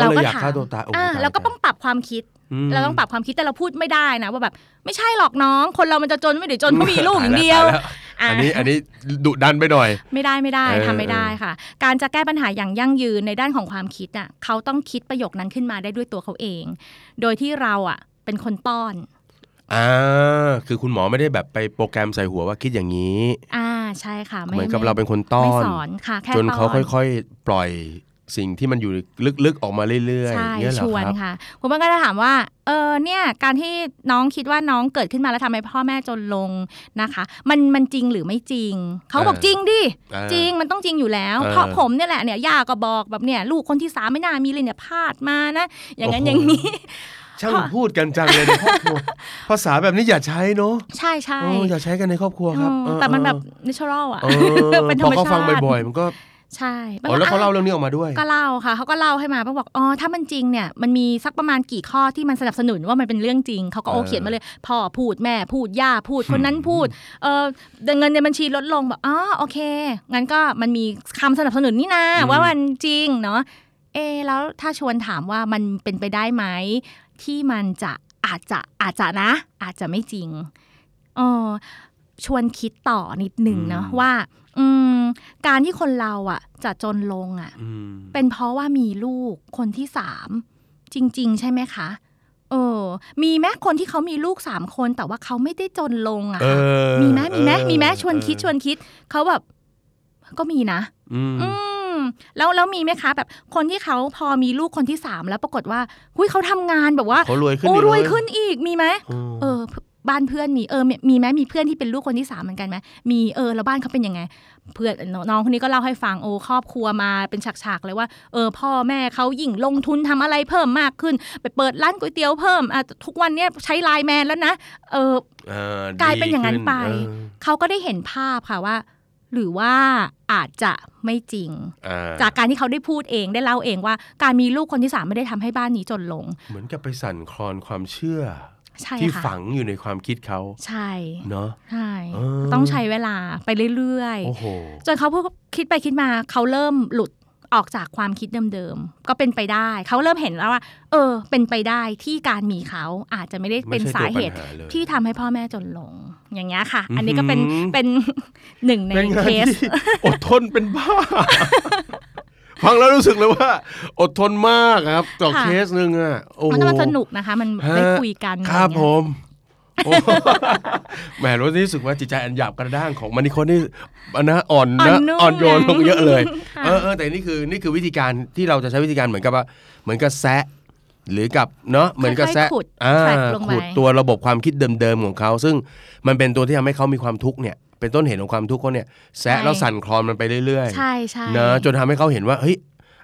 S1: ก็เลยอยากฆ่าตัวตายโอ้โห
S2: อ่
S1: ตาย
S2: เราก็
S1: ตาย
S2: ต้องปรับความคิด
S1: ม
S2: เราต้องปรับความคิดแต่เราพูดไม่ได้นะ ว่าแบบไม่ใช่หรอกน้อง คนเรามันจะจนไม่ได้จนเพราะมีลูกอย่างเดียว
S1: ตาแล้ตาแล้
S2: อ่ะ
S1: อันนี้อันนี้ดุดันไปหน่อย
S2: ไม่ได้ไม่ได้
S1: เออ
S2: ทำไม่ได้ค่ะ การจะแก้ปัญหาอย่างยั่งยืนในด้านของความคิดอ่ะเขาต้องคิดประโยคนั้นขึ้นมาได้ด้วยตัวเขาเอง โดยที่เราอ่ะเป็นคนป้อน
S1: อ่า คือคุณหมอไม่ได้แบบไปโปรแกรมใส่หัวว่าคิดอย่างนี้
S2: อ่าใช่ค่ะ
S1: เหมือนกับเราเป็นคนต้อ
S2: ไม่
S1: น
S2: สอนค่ะแค่
S1: จนเขา
S2: ป้อน
S1: ค่อยๆ ปล่อยสิ่งที่มันอยู่ลึกๆ ออกมาเรื่อยๆอ
S2: ใช่
S1: ย่างเงี้ยเหร
S2: ช
S1: อ
S2: วน
S1: ครับ
S2: ค่ะคุณแม่ก็จะถามว่าเออเนี่ยการที่น้องคิดว่าน้องเกิดขึ้นมาแล้วทำให้พ่อแม่จนลงนะคะ มันมันจริงหรือไม่จริงเขาบอก
S1: เออ
S2: จริงดิ
S1: อ่า
S2: จริงมันต้องจริงอยู่แล้ว
S1: เออ
S2: เพราะผมเนี่ยแหละเนี่ยย่าก็บอกแบบเนี่ยลูกคนที่สามไม่น่ามีเลยเนี่ยพลาดมานะ อย่างนั้น
S1: โอ้โห
S2: อย่างนี้ *laughs*
S1: ช่างพูดกันจังเลยในครอบครัว ภาษาแบบนี้อย่าใช้เนาะ
S2: ใช่ใช่
S1: โอ้อย่าใช้กันในครอบครัวครับ
S2: เอ
S1: เอ
S2: อ
S1: อ
S2: แต่มันแบบ
S1: เอ
S2: natural อ่ะ
S1: อเออ
S2: เป็นธร
S1: พอ
S2: รม
S1: เขาฟั
S2: ชาง ติ
S1: บ่อยๆ มันก็
S2: ใช่
S1: อ๋อแล้วเขาเล่าเรื่องนี้ออกมาด้วย
S2: ก็เล่าค่ะเขาก็เล่าให้มาเขาบอกอ๋อถ้ามันจริงเนี่ยมันมีสักประมาณกี่ข้อที่มันสนับสนุนว่ามันเป็นเรื่องจริงเขาก็โอ
S1: เออ
S2: เขียนมาเลยพ่อพูดแม่พูดย่าพูดคนนั้นพูดเออเงินในบัญชีลดลงแบบอ๋อโอเคงั้นก็มันมีคำสนับสนุนนี่นะว่ามันจริงเนาะเอะแล้วถ้าชวนถามว่ามันเป็นไปได้ไหมที่มันจะอาจจะอาจจะนะ อาจจะไม่จริงอ๋อชวนคิดต่อนิดหนึ่งเนาะว่า อืมการที่คนเราอ่ะ จะจนลงอ่ะ
S1: อืม
S2: เป็นเพราะว่ามีลูกคนที่สามจริง ๆ ใช่ไหมคะ เออ มีแม้คนที่เขามีลูกสามคนแต่ว่าเขาไม่ได้จนลงอะ
S1: เอ
S2: ค่ะ
S1: อ
S2: มีไหมมีไหมมีไหมชวนคิด
S1: เออ
S2: ชวนคิดเขาแบบก็มีนะ
S1: อืม
S2: อืมแล้วแล้วมีไหมคะ แบบคนที่เขาพอมีลูกคนที่สามแล้วปรากฏว่าหุ้ยเขาทำงานแบบว่า
S1: เขารวยขึ้น
S2: โอ้
S1: อีก
S2: รวย
S1: เว้
S2: ขึ้นอีกมีไหม เออเพื่อนบ้านเพื่อนมีเออมีมีไหมมีเพื่อนที่เป็นลูกคนที่สามเหมือนกันไหมมีเออแล้วบ้านเขาเป็นยังไง เพื่อนนน้องคนนี้ก็เล่าให้ฟังโอ้ครอบครัวมาเป็นฉากๆเลยว่าเออพ่อแม่เขายิ่งลงทุนทำอะไรเพิ่มมากขึ้น ไปเปิดร้านก๋วยเตี๋ยวเพิ่มอ่ะทุกวันเนี้ยใช้ไลน์แมนแล้วนะเออ
S1: เออก
S2: ลายเป็นอย่างนั้นไป
S1: ดีขึ้น
S2: เขาก็ได้เห็นภาพค่ะว่า หรือว่าอาจจะไม่จริง
S1: เอออ่า
S2: จากการที่เขาได้พูดเองได้เล่าเองว่า การมีลูกคนที่สามไม่ได้ทำให้บ้านนี้จนลง
S1: เหมือนกับไปสั่นคลอนความเชื่อ
S2: ใช่
S1: ที่
S2: ค่ะ
S1: ฝังอยู่ในความคิดเขา
S2: ใช่
S1: เนาะ
S2: ใช่
S1: เออ
S2: ต้องใช้เวลาไปเรื่อยๆ
S1: โอ้โห
S2: จนเขาพูดคิดไปคิดมาเขาเริ่มหลุดออกจากความคิดเดิมๆก็เป็นไปได้ เขาเริ่มเห็นแล้วว่า เออ เป็นไปได้ที่การมีเขาอาจจะไม่ได้
S1: ไม่
S2: เป็น
S1: ใช่
S2: สาเหตุ
S1: ตัวปัญหาเลย
S2: ที่ทำให้พ่อแม่จนลง อย่างเงี้ยค่ะ อันนี้ก็เป็น
S1: อื้อหือ
S2: เป็น หนึ่งใน
S1: เป็นงาน
S2: เคส
S1: ที่ *laughs* อดทนเป็นบ้า ฟังแล้วรู้สึกเลยว่า อดทนมากครับต่อ
S2: ค่ะ
S1: เคสหนึ่งอ่ะโอ้โห
S2: มันมันสนุกนะคะ มัน
S1: ฮะ
S2: ได้คุยกัน
S1: ครับ
S2: อะ
S1: ผ
S2: ไเงี้ย
S1: มโอ้ *laughs* แหมรู้สึกว่าจิตใจอันหยาบกระด้างของมันนี่คนนี่อันนะอ่อนนะอ่อนโยนลงเยอะเลย
S2: ค่ะ
S1: เออเออแต่นี่คือนี่คือวิธีการที่เราจะใช้วิธีการเหมือนกับว่าเหมือนกับแซะหรือกับเนาะเหมือนกับแซะ
S2: ค่ยๆขุด
S1: อ่า
S2: แทรกลงไป
S1: ขุดตัวระบบความคิดเดิมๆของเขา ซึ่งมันเป็นตัวที่ทำให้เขามีความทุกข์เนี่ย เป็นต้นเหตุของความทุกข์เขาเนี่ยแซะแล้วสั่นคลอนมันไปเรื่อย
S2: ใช่ใช่
S1: ๆเนอะจนทำให้เขาเห็นว่าเฮ้ย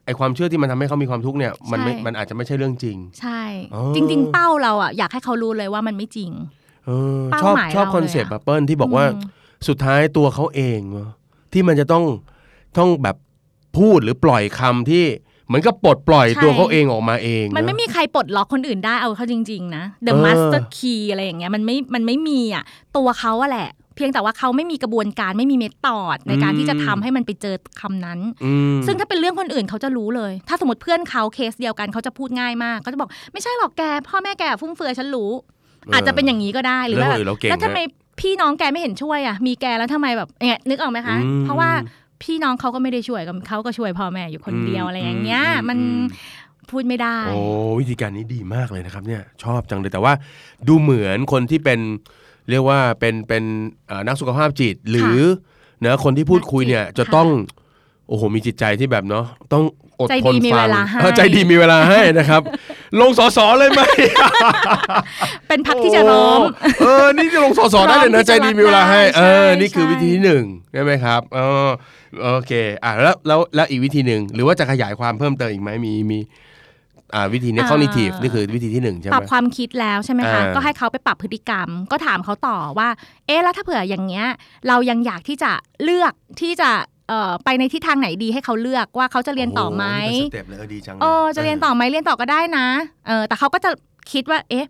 S1: ไอความเชื่อที่มันทำให้เขามีความทุกข์เนี่ยมันไม่
S2: ใช่
S1: มันอาจจะไม่ใช่เรื่องจริง
S2: ใช่
S1: อ๋อ
S2: จริง ๆ เป้าเราอ่ะอยากให้เขารู้เลยว่ามันไม่จริง
S1: เออ
S2: เป้า
S1: ชอบ
S2: หมาย
S1: ชอบ
S2: เรา
S1: คอนเซปต์
S2: เลยอะ
S1: แอปเปิลที่บอกว่า
S2: อืม
S1: สุดท้ายตัวเขาเองเนอะที่มันจะต้องต้องแบบพูดหรือปล่อยคำที่เหมือนกับปลดปล่อย
S2: ใช่
S1: ตัวเขาเองออกมาเอง
S2: มันไม่
S1: เอะ
S2: มีใครปลดล็อกคนอื่นได้เอาเขาจริง ๆ นะ The
S1: เออ
S2: Master Key อะไรอย่างเงี้ยมันไม่มันไม่มีอ่ะตัวเขาอะแหละ เพียงแต่ว่าเขาไม่มีกระบวนการไม่มีเมธอดในการ
S1: อืม
S2: ที่จะทำให้มันไปเจอคำนั้น
S1: อืม
S2: ซึ่งถ้าเป็นเรื่องคนอื่นเขาจะรู้เลย ถ้าสมมติเพื่อนเขาเคสเดียวกันเขาจะพูดง่ายมากเขาจะบอกไม่ใช่หรอกแกพ่อแม่แกฟุ่มเฟือยฉันรู้ อาจจะเป็นอย่างนี้ก็ได้หรือว่า
S1: แล้ว
S2: แบบ
S1: นเราเก่ง
S2: แล้วทำไม
S1: ฮะ
S2: พี่น้องแกไม่เห็นช่วยอ่ะมีแกแล้วทำไมแบบเนี่ยนึกออกไหมคะ
S1: อืม
S2: เพราะว่า พี่น้องเขาก็ไม่ได้ช่วยกันเขาก็ช่วยพ่อแม่อยู่คนเดียว
S1: ม
S2: อะไรอย่างเงี้ย
S1: อื
S2: มัน
S1: อืม
S2: พูดไม่ได้
S1: โอ้วิธีการนี้ดีมากเลยนะครับเนี่ยชอบจังเลยแต่ว่าดูเหมือนคนที่เป็นเรียกว่าเป็นเป็นเอ่อนักสุขภาพจิต หรือเนะคนที่พูดคุยเนี่ย
S2: นักจิต
S1: จะต้องโอ้โหมีจิตใจที่แบบเนาะต้องอด
S2: ใจ
S1: ท
S2: ดี
S1: น
S2: มี
S1: ฟัง
S2: เวลาให้
S1: เออใจดีมีเวลาให้
S2: *laughs*
S1: นะครับ ลงสอสอเลยไหม
S2: เป็นพักที่จะล้ม
S1: โอ้เออนี่จะลงสอสอได้เลย
S2: พร้อมที่
S1: นะ ใจ
S2: จะ
S1: ดีมีเวลาให้
S2: รับได้
S1: เออ
S2: ใช่
S1: นี่คือ
S2: ใช่
S1: วิธีที่หนึ่งใช่ไหมครับเออโอเคอ่ะแล้วแล้วแล้วอีกวิธีหนึ่งหรือว่าจะขยายความเพิ่มเติมอีกไหมมีมีอ่าวิธีเนี้ย cognitive นี่คือวิธีที่หนึ่งใช่ไห
S2: ป
S1: ม
S2: รับความคิดแล้วใช่ไหมคะ
S1: อ่า
S2: ก็ให้เขาไปปรับพฤติกรรม ก็ถามเขาต่อว่า เอ๊ะ แล้วถ้าเผื่ออย่างเงี้ย เรายังอยากที่จะเลือกที่จะเอ่อไปในทิศทางไหนดีให้เขาเลือกว่าเขาจะเรียนต่อไหม
S1: โโนี่เป็นสเต็ปเลยเออดีจังล
S2: เออจะเรียนต่อไหมเรียนต่อก็ได้นะเออแต่เขาก็จะคิดว่า เอ๊ะ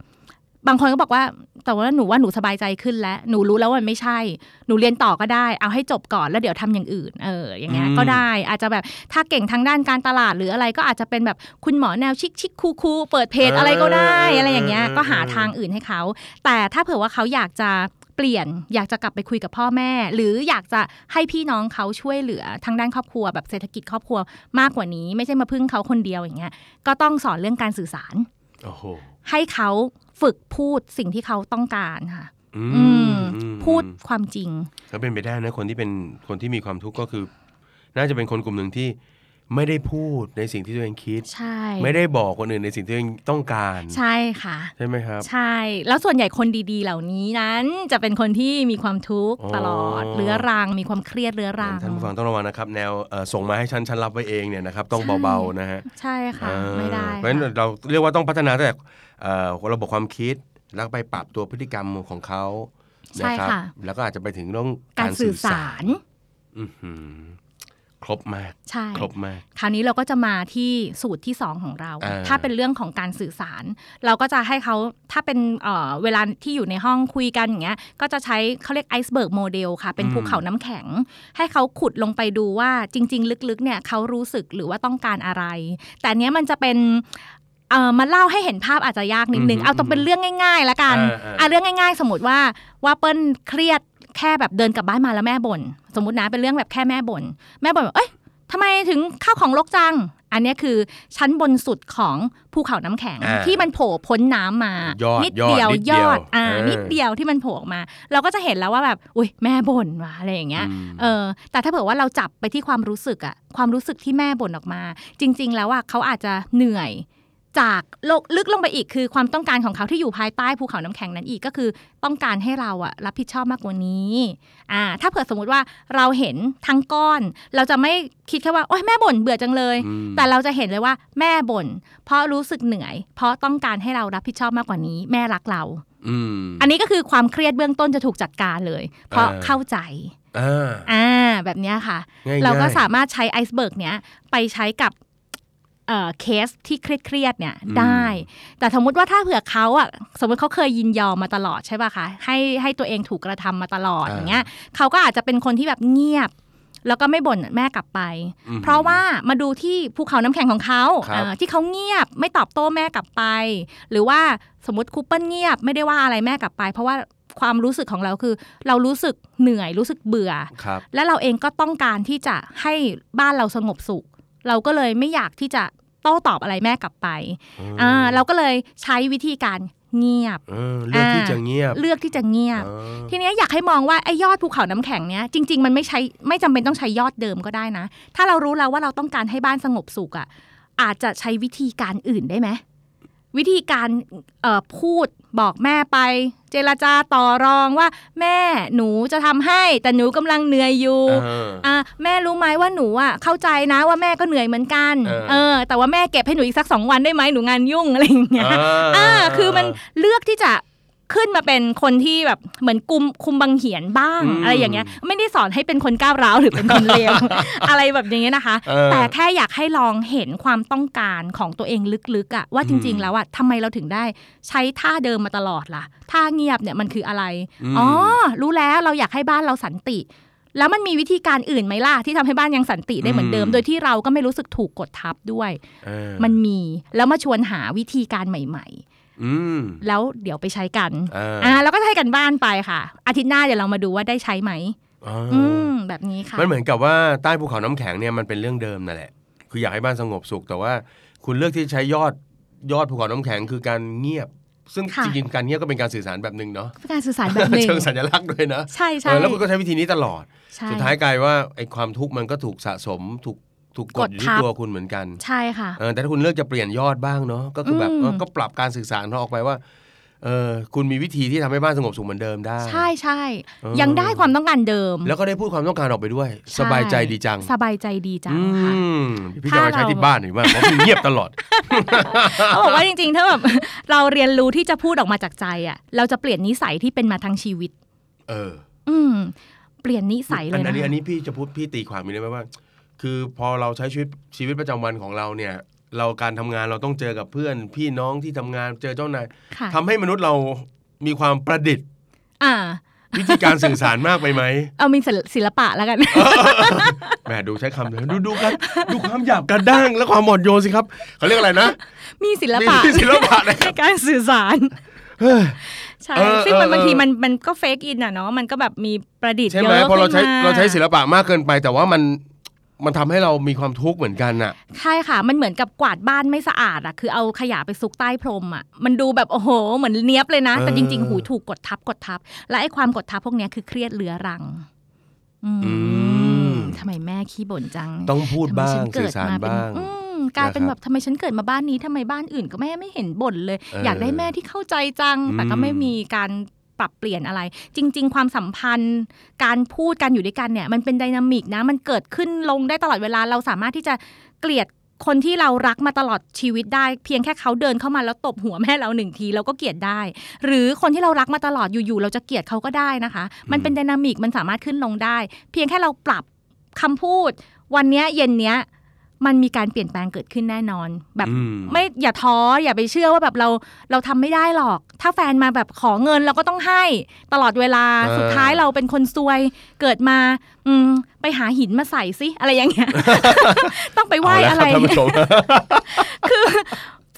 S2: บางคนก็บอกว่า แต่ว่าหนูว่าหนูสบายใจขึ้นแล้ว หนูรู้แล้วว่ามันไม่ใช่ หนูเรียนต่อก็ได้ เอาให้จบก่อนแล้วเดี๋ยวทำอย่างอื่น เออ อย่างเงี้ยก็ได้ อาจจะแบบถ้าเก่งทางด้านการตลาดหรืออะไรก็อาจจะเป็นแบบคุณหมอแนวชิคชิคคูคูเปิดเพจอะไรก็ได้ อะไรอย่างเงี้ย ก็หาทางอื่นให้เขา แต่ถ้าเผื่อว่าเขาอยากจะเปลี่ยน อยากจะกลับไปคุยกับพ่อแม่ หรืออยากจะให้พี่น้องเขาช่วยเหลือทางด้านครอบครัวแบบเศรษฐกิจครอบครัวมากกว่านี้ ไม่ใช่มาพึ่งเขาคนเดียวอย่างเงี้ยก็ต้องสอนเรื่องการสื่อสาร
S1: โอ้โห
S2: ให้เขาฝึกพูดสิ่งที่เขาต้องการค่ะ
S1: อืม
S2: อืม
S1: อืม
S2: พูดความจริง
S1: ก็เป็นไปได้นะคนที่เป็นคนที่มีความทุกข์ก็คือ น่าจะเป็นคนกลุ่มหนึ่งที่ไม่ได้พูดในสิ่งที่ตัวเองคิด
S2: ใช่
S1: ไม่ได้บอกคนอื่นในสิ่งที่ตัวเองต้องการ
S2: ใช่ค่ะ
S1: ใช่ไหมครับ
S2: ใช่ แล้วส่วนใหญ่คนดีๆ เหล่านี้นั้น จะเป็นคนที่มีความทุกข์
S1: อ๋อ
S2: ตลอดเรื้อรัง มีความเครียดเรื้อรัง
S1: ท่านผู้ฟังต้องระวังนะครับ แนวเอ่อส่งมาให้ฉันฉันรับไว้เองเนี่ยนะครับต้อง
S2: ใช่
S1: เบาๆนะฮะ
S2: ใช่ค่ะ
S1: อ่า
S2: ไม่ได้
S1: เพราะฉะนั้น
S2: ค่ะ
S1: เราเรียกว่าต้องพัฒนาตั้งแต่เอ่อระบบความคิดแล้วก็ไปปรับตัวพฤติกรรมของเขานะ
S2: ใช่
S1: รับ
S2: ค่ะ
S1: แล้วก็อาจจะไปถึงเรื่อง
S2: การสื่อสาร
S1: อื้อหือครบมาก
S2: ใช่
S1: ครบมาก
S2: คราวนี้เราก็จะมาที่สูตรที่ 2 ของเรา
S1: อ่า
S2: ถ้าเป็นเรื่องของการสื่อสาร เราก็จะให้เขาถ้าเป็นเอ่อเวลาที่อยู่ในห้องคุยกันอย่างเงี้ยก็จะใช้เขาเรียกไอซ์เบิร์กโมเดลค่ะ เป็น
S1: อืม
S2: ภูเขาน้ำแข็ง ให้เขาขุดลงไปดูว่าจริง ๆ ลึกๆเนี่ยเขารู้สึกหรือว่าต้องการอะไร แต่อันเนี้ยมันจะเป็นเอ่อมาเล่าให้เห็นภาพอาจจะยากนิดนึง
S1: อืม
S2: เอาต้องเป็นเรื่องง่าย ๆ ละกัน
S1: อ่าอ่า
S2: อ่ะเรื่องง่าย ๆ สมมติว่าว่าเปิ้ลเครียดแค่แบบเดินกลับบ้านมาแล้วแม่บ่นสมมตินะเป็นเรื่องแบบแค่แม่บ่นแม่บ่นแบบเอ้ย ทำไมถึงข้าวของรกจัง อันเนี้ยคือชั้นบนสุดของภูเขาน้ำแข็ง
S1: อ่า
S2: ที่มันโผล่พ้นน้ำมาย
S1: อด
S2: นิดเดียวย
S1: อดนิดเดี
S2: ย
S1: ยว
S2: อดอ่า
S1: เออ
S2: นิดเดียวที่มันโผล่ออกมา เราก็จะเห็นแล้วว่าแบบอุ้ยแม่บ่นว่ะอะไรอย่างเงี้ย
S1: อืม
S2: เออแต่ถ้าเผื่อว่าเราจับไปที่ความรู้สึกอะความรู้สึกที่แม่บ่นออกมา จริง ๆ แล้วอะเขาอาจจะเหนื่อย จากโลกลึกลงไปอีกคือความต้องการของเขาที่อยู่ภายใต้ภูเขาน้ำแข็งนั้นอีกก็คือต้องการให้เราอะรับผิดชอบมากกว่านี้อ่าถ้าเผื่อสมมติว่าเราเห็นทั้งก้อน เราจะไม่คิดแค่ว่าโอ๊ยแม่บ่นเบื่อจังเลย
S1: อืม
S2: แต่เราจะเห็นเลยว่าแม่บ่นเพราะรู้สึกเหนื่อย เพราะต้องการให้เรารับผิดชอบมากกว่านี้ แม่รักเรา
S1: อืม
S2: อันนี้ก็คือความเครียดเบื้องต้นจะถูกจัดการเลย เพราะ
S1: อ่า
S2: เข้าใจ
S1: อ่า
S2: อ่าแบบเนี้ยค่ะ
S1: ง่ายๆ
S2: เราก็สามารถใช้ไอซ์เบิร์กเนี้ยไปใช้กับเอ่อเคสที่เครียดๆเนี่ยได้ แต่สมมติว่าถ้าเผื่อเขาอ่ะสมมติเขาเคยยินยอมมาตลอดใช่ป่ะคะให้ให้ตัวเองถูกกระทำมาตลอดอย่างเงี้ยเขาก็อาจจะเป็นคนที่แบบเงียบ แล้วก็ไม่บ่นแม่กลับไป
S1: อืม
S2: เพราะว่ามาดูที่ภูเขาน้ำแข็งของเขา
S1: ครับ
S2: เอ่อที่เขาเงียบไม่ตอบโต้แม่กลับไป หรือว่าสมมติคูเปิลเงียบไม่ได้ว่าอะไรแม่กลับไป เพราะว่าความรู้สึกของเราคือ เรารู้สึกเหนื่อยรู้สึกเบื่อ
S1: ครับ
S2: และเราเองก็ต้องการที่จะให้บ้านเราสงบสุข เราก็เลยไม่อยากที่จะโต้ตอบอะไรแม่กลับไปอ่าเราก็เลยใช้วิธีการเงียบ
S1: เออเลือกที่จะเงียบ
S2: เลือกที่จะเงียบ
S1: อ๋อ
S2: ทีเนี้ยอยากให้มองว่าไอ้ยอดภูเขาน้ำแข็งเนี้ยจริง ๆ มันไม่ใช้ไม่จำเป็นต้องใช้ยอดเดิมก็ได้นะ ถ้าเรารู้แล้วว่าเราต้องการให้บ้านสงบสุขอะ่ะอาจจะใช้วิธีการอื่นได้ไหมวิธีการเอ่อพูดบอกแม่ไป เจรจาต่อรองว่า แม่หนูจะทำให้ แต่หนูกำลังเหนื่อยอยู่
S1: อ่า
S2: อ่ะแม่รู้ไหมว่าหนูอ่ะเข้าใจนะว่าแม่ก็เหนื่อยเหมือนกัน
S1: เออ
S2: อแต่ว่าแม่เก็บให้หนูอีกสักสองวันได้ไหมหนูงานยุ่งอะไรอย่างเงี้ย
S1: อ่า
S2: อ่าคือมันเลือกที่จะขึ้นมาเป็นคนที่แบบเหมือนกุมคุมบังเหียนบ้างอะไรอย่างเงี้ย ไม่ได้สอนให้เป็นคนก้าวร้าวหรือเป็นคนเล
S1: *laughs*
S2: ว อะไรแบบอย่างเงี้ยนะคะ
S1: เออ
S2: แต่แค่อยากให้ลองเห็นความต้องการของตัวเองลึกๆอะว่าจริง
S1: อืม
S2: ๆ แล้วอะทำไมเราถึงได้ใช้ท่าเดิมมาตลอดล่ะท่าเงียบเนี่ยมันคืออะไร
S1: อืม
S2: อ๋อรู้แล้วเราอยากให้บ้านเราสันติ แล้วมันมีวิธีการอื่นไหมล่ะ ที่ทำให้บ้านยังสันติได้เหมือนเดิม โดยที่เราก็ไม่รู้สึกถูกกดทับด้วย
S1: เออ
S2: มันมีแล้วมาชวนหาวิธีการใหม่
S1: อืม
S2: ๆ แล้วเดี๋ยวไปใช้กัน
S1: อ่า
S2: อ่าแล้วก็ให้กันบ้านไปค่ะ อาทิตย์หน้าเดี๋ยวเรามาดูว่าได้ใช้ไหม
S1: อ่า
S2: อืมแบบนี้ค่ะ
S1: มันเหมือนกับว่าใต้ภูเขาน้ำแข็งเนี่ยมันเป็นเรื่องเดิมนั่นแหละ คืออยากให้บ้านสงบสุขแต่ว่า คุณเลือกที่ใช้ยอดยอดภูเขาน้ำแข็งคือการเงียบ ซึ่ง
S2: ค่ะ
S1: จริงๆการเงียบก็เป็นการสื่อสารแบบหนึ่งเนาะ
S2: การสื่อสารแบบหนึ่ง
S1: เชิงสัญลักษณ์ด้วยนะ
S2: ใช่
S1: เอ
S2: ใช่
S1: อแล้วคุณก็ใช้วิธีนี้ตลอด
S2: ใช่
S1: สุดท้ายกลายว่าไอ้ความทุกข์มันก็ถูกสะสมถูกถูกกดอยู่
S2: กดทั
S1: ที่
S2: บ
S1: ตัวคุณเหมือนกัน
S2: ใช่ค่ะ
S1: เออแต่ถ้าคุณเลือกจะเปลี่ยนยอดบ้างเนาะก็คือแบบ
S2: อืม
S1: เออก็ปรับการสื่อสารเราออกไปว่าเออคุณมีวิธีที่ทำให้บ้านสงบสุขเหมือนเดิมได้
S2: ใช่ใช่
S1: เออ
S2: ยังได้ความต้องการเดิม
S1: แล้วก็ได้พูดความต้องการออกไปด้วย
S2: ช่
S1: สบายใจดีจัง
S2: สบายใจดีจัง
S1: อื
S2: ค่ะ
S1: มพี่จะเอาไปใช้
S2: ถ้าเรา
S1: ที่บ้านหรือบ้างเพราะพี่เงียบตลอด
S2: เขาบอกว่าจริงๆ ถ้าแบบ *laughs* เราเรียนรู้ที่จะพูดออกมาจากใจอ่ะ เราจะเปลี่ยนนิสัยที่เป็นมาทั้งชีวิต
S1: เออ
S2: อืม เปลี่ยนนิสัยเล
S1: อั
S2: ย
S1: นอั
S2: นะ
S1: นนี้อั
S2: คะ
S1: นนี้พี่จะพูดพี่ตีความมีได้ไหมว่า คือพอเราใช้ชีวิตชีวิตประจำวันของเราเนี่ย เราการทำงานเราต้องเจอกับเพื่อน พี่น้องที่ทำงานเจอเจ้านาย
S2: ค่ะ
S1: ทำให้มนุษย์เรามีความประดิษฐ์
S2: อ่า
S1: วิธีการสื่อสารมากไปไหม
S2: เอามีศิลศิลปะแล้ว
S1: *laughs*
S2: กัน
S1: แหมดูใช้คำเลยดูดูครับดูความหยาบกระด้างและความหมดโยนสิครับเขาเรียกอะไรนะ
S2: มีศิลปะ
S1: นี่ศิลปะนะค
S2: ใน
S1: รับ
S2: การสื่อสาร ใช่
S1: เออ
S2: ซึ่งมัน
S1: เออ
S2: บางทีมันมันก็เฟกอินอ่ะเนาะ มันก็แบบมีประดิษฐ์
S1: ใช่
S2: เย
S1: ไหม
S2: อะ
S1: พอเราใช้
S2: ขึ้นม
S1: เราใช้ศิลปะมากเกินไป แต่ว่ามันมันทำให้เรามีความทุกข์เหมือนกันน่ะ
S2: ใช่ค่ะ มันเหมือนกับกวาดบ้านไม่สะอาดอ่ะ คือเอาขยะไปซุกใต้พรมอ่ะ มันดูแบบโอ้โห เหมือนเนี้ยบเลยนะ แต่
S1: เออ
S2: จริงๆ หูถูกกดทับกดทับ และไอ้ความกดทับพวกเนี้ยคือเครียดเรื้อรัง อืมทำไมแม่ขี้บ่นจัง
S1: ต้องพูด
S2: ทำไม
S1: บ้า
S2: ฉั
S1: ง
S2: นเกิ
S1: สื่อ
S2: ด
S1: สาร
S2: มาเป็น
S1: บ้าง
S2: อืมกลายเป็น
S1: นะครับ
S2: แบบทำไมฉันเกิดมาบ้านนี้ทำไมบ้านอื่นก็แม่ไม่เห็นบ่นเลย
S1: เอออ
S2: อยากได้แม่ที่เข้าใจจัง
S1: อืม
S2: แต่ก็ไม่มีการปรับเปลี่ยนอะไร จริง ๆ ความสัมพันธ์ การพูดการอยู่ด้วยกันเนี่ย มันเป็นไดินามิกนะ มันเกิดขึ้นลงได้ตลอดเวลาเราสามารถที่จะเกลียดคนที่เรารักมาตลอดชีวิตได้ เพียงแค่เขาเดินเข้ามาแล้วตบหัวแม่เราหนึ่งทีเราก็เกลียดได้ หรือคนที่เรารักมาตลอดอยู่ๆเราจะเกลียดเขาก็ได้นะคะ มันเป็นไดินามิกมันสามารถขึ้นลงได้ เพียงแค่เราปรับคำพูด วันเนี้ยเย็นเนี้ย มันมีการเปลี่ยนแปลงเกิดขึ้นแน่นอน แบบ
S1: อืม
S2: ไม่อย่าท้ออย่าไปเชื่อว่าแบบเราเราทำไม่ได้หรอก ถ้าแฟนมาแบบขอเงินเราก็ต้องให้ตลอดเวลา
S1: เออ
S2: สุดท้ายเราเป็นคนซวย เกิดมา อืม ไปหาหินมาใส่สิอะไรอย่าง
S1: *laughs*
S2: เงี้ย ต้องไปไหว้
S1: เาล
S2: อะไร
S1: คบท่านผู้ชม
S2: คือ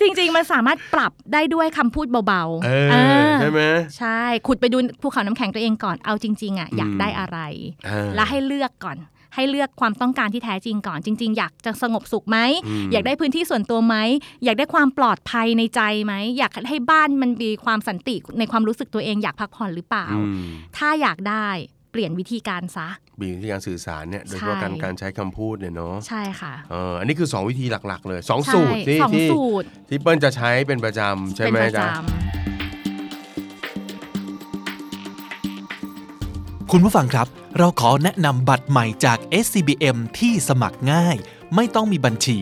S2: จริง ๆ มันสามารถปรับได้ด้วยคำพูดเบา
S1: เออ
S2: ๆเออ
S1: ใช่ไหม
S2: ใช่ ขุดไปดูภูเขาน้ำแข็งตัวเองก่อนเอาจริงๆอ่ะอยาก
S1: อืม
S2: ได้อะไร
S1: อ่า
S2: แล้วให้เลือกก่อน ให้เลือกความต้องการที่แท้จริงก่อน จริง ๆ อยากจะสงบสุขไหม
S1: อืม
S2: อยากได้พื้นที่ส่วนตัวไหม อยากได้ความปลอดภัยในใจไหม อยากให้บ้านมันมีความสันติในความรู้สึกตัวเองอยากพักผ่อนหรือเปล่า
S1: อืม
S2: ถ้าอยากได้เปลี่ยนวิธีการซะ
S1: มีวิธีการสื่อสารเนี่ยโดยเฉพาะ
S2: ใช่
S1: การการใช้คำพูดเนี่ยเนาะ
S2: ใช่ค่ะ
S1: เอออันนี้คือ 2 วิธีหลัก ๆ เลยสอง
S2: ใช่
S1: สูตรที่
S2: สอง
S1: ที่
S2: สูตร
S1: ที่เปิ้ลจะใช้เป็นประจำใช่
S2: เป็น
S1: ไหม
S2: ประจ
S1: จ๊ะ
S3: คุณผู้ฟังครับ เราขอแนะนำบัตรใหม่จาก SCBM ที่สมัครง่าย ไม่ต้องมีบัญชี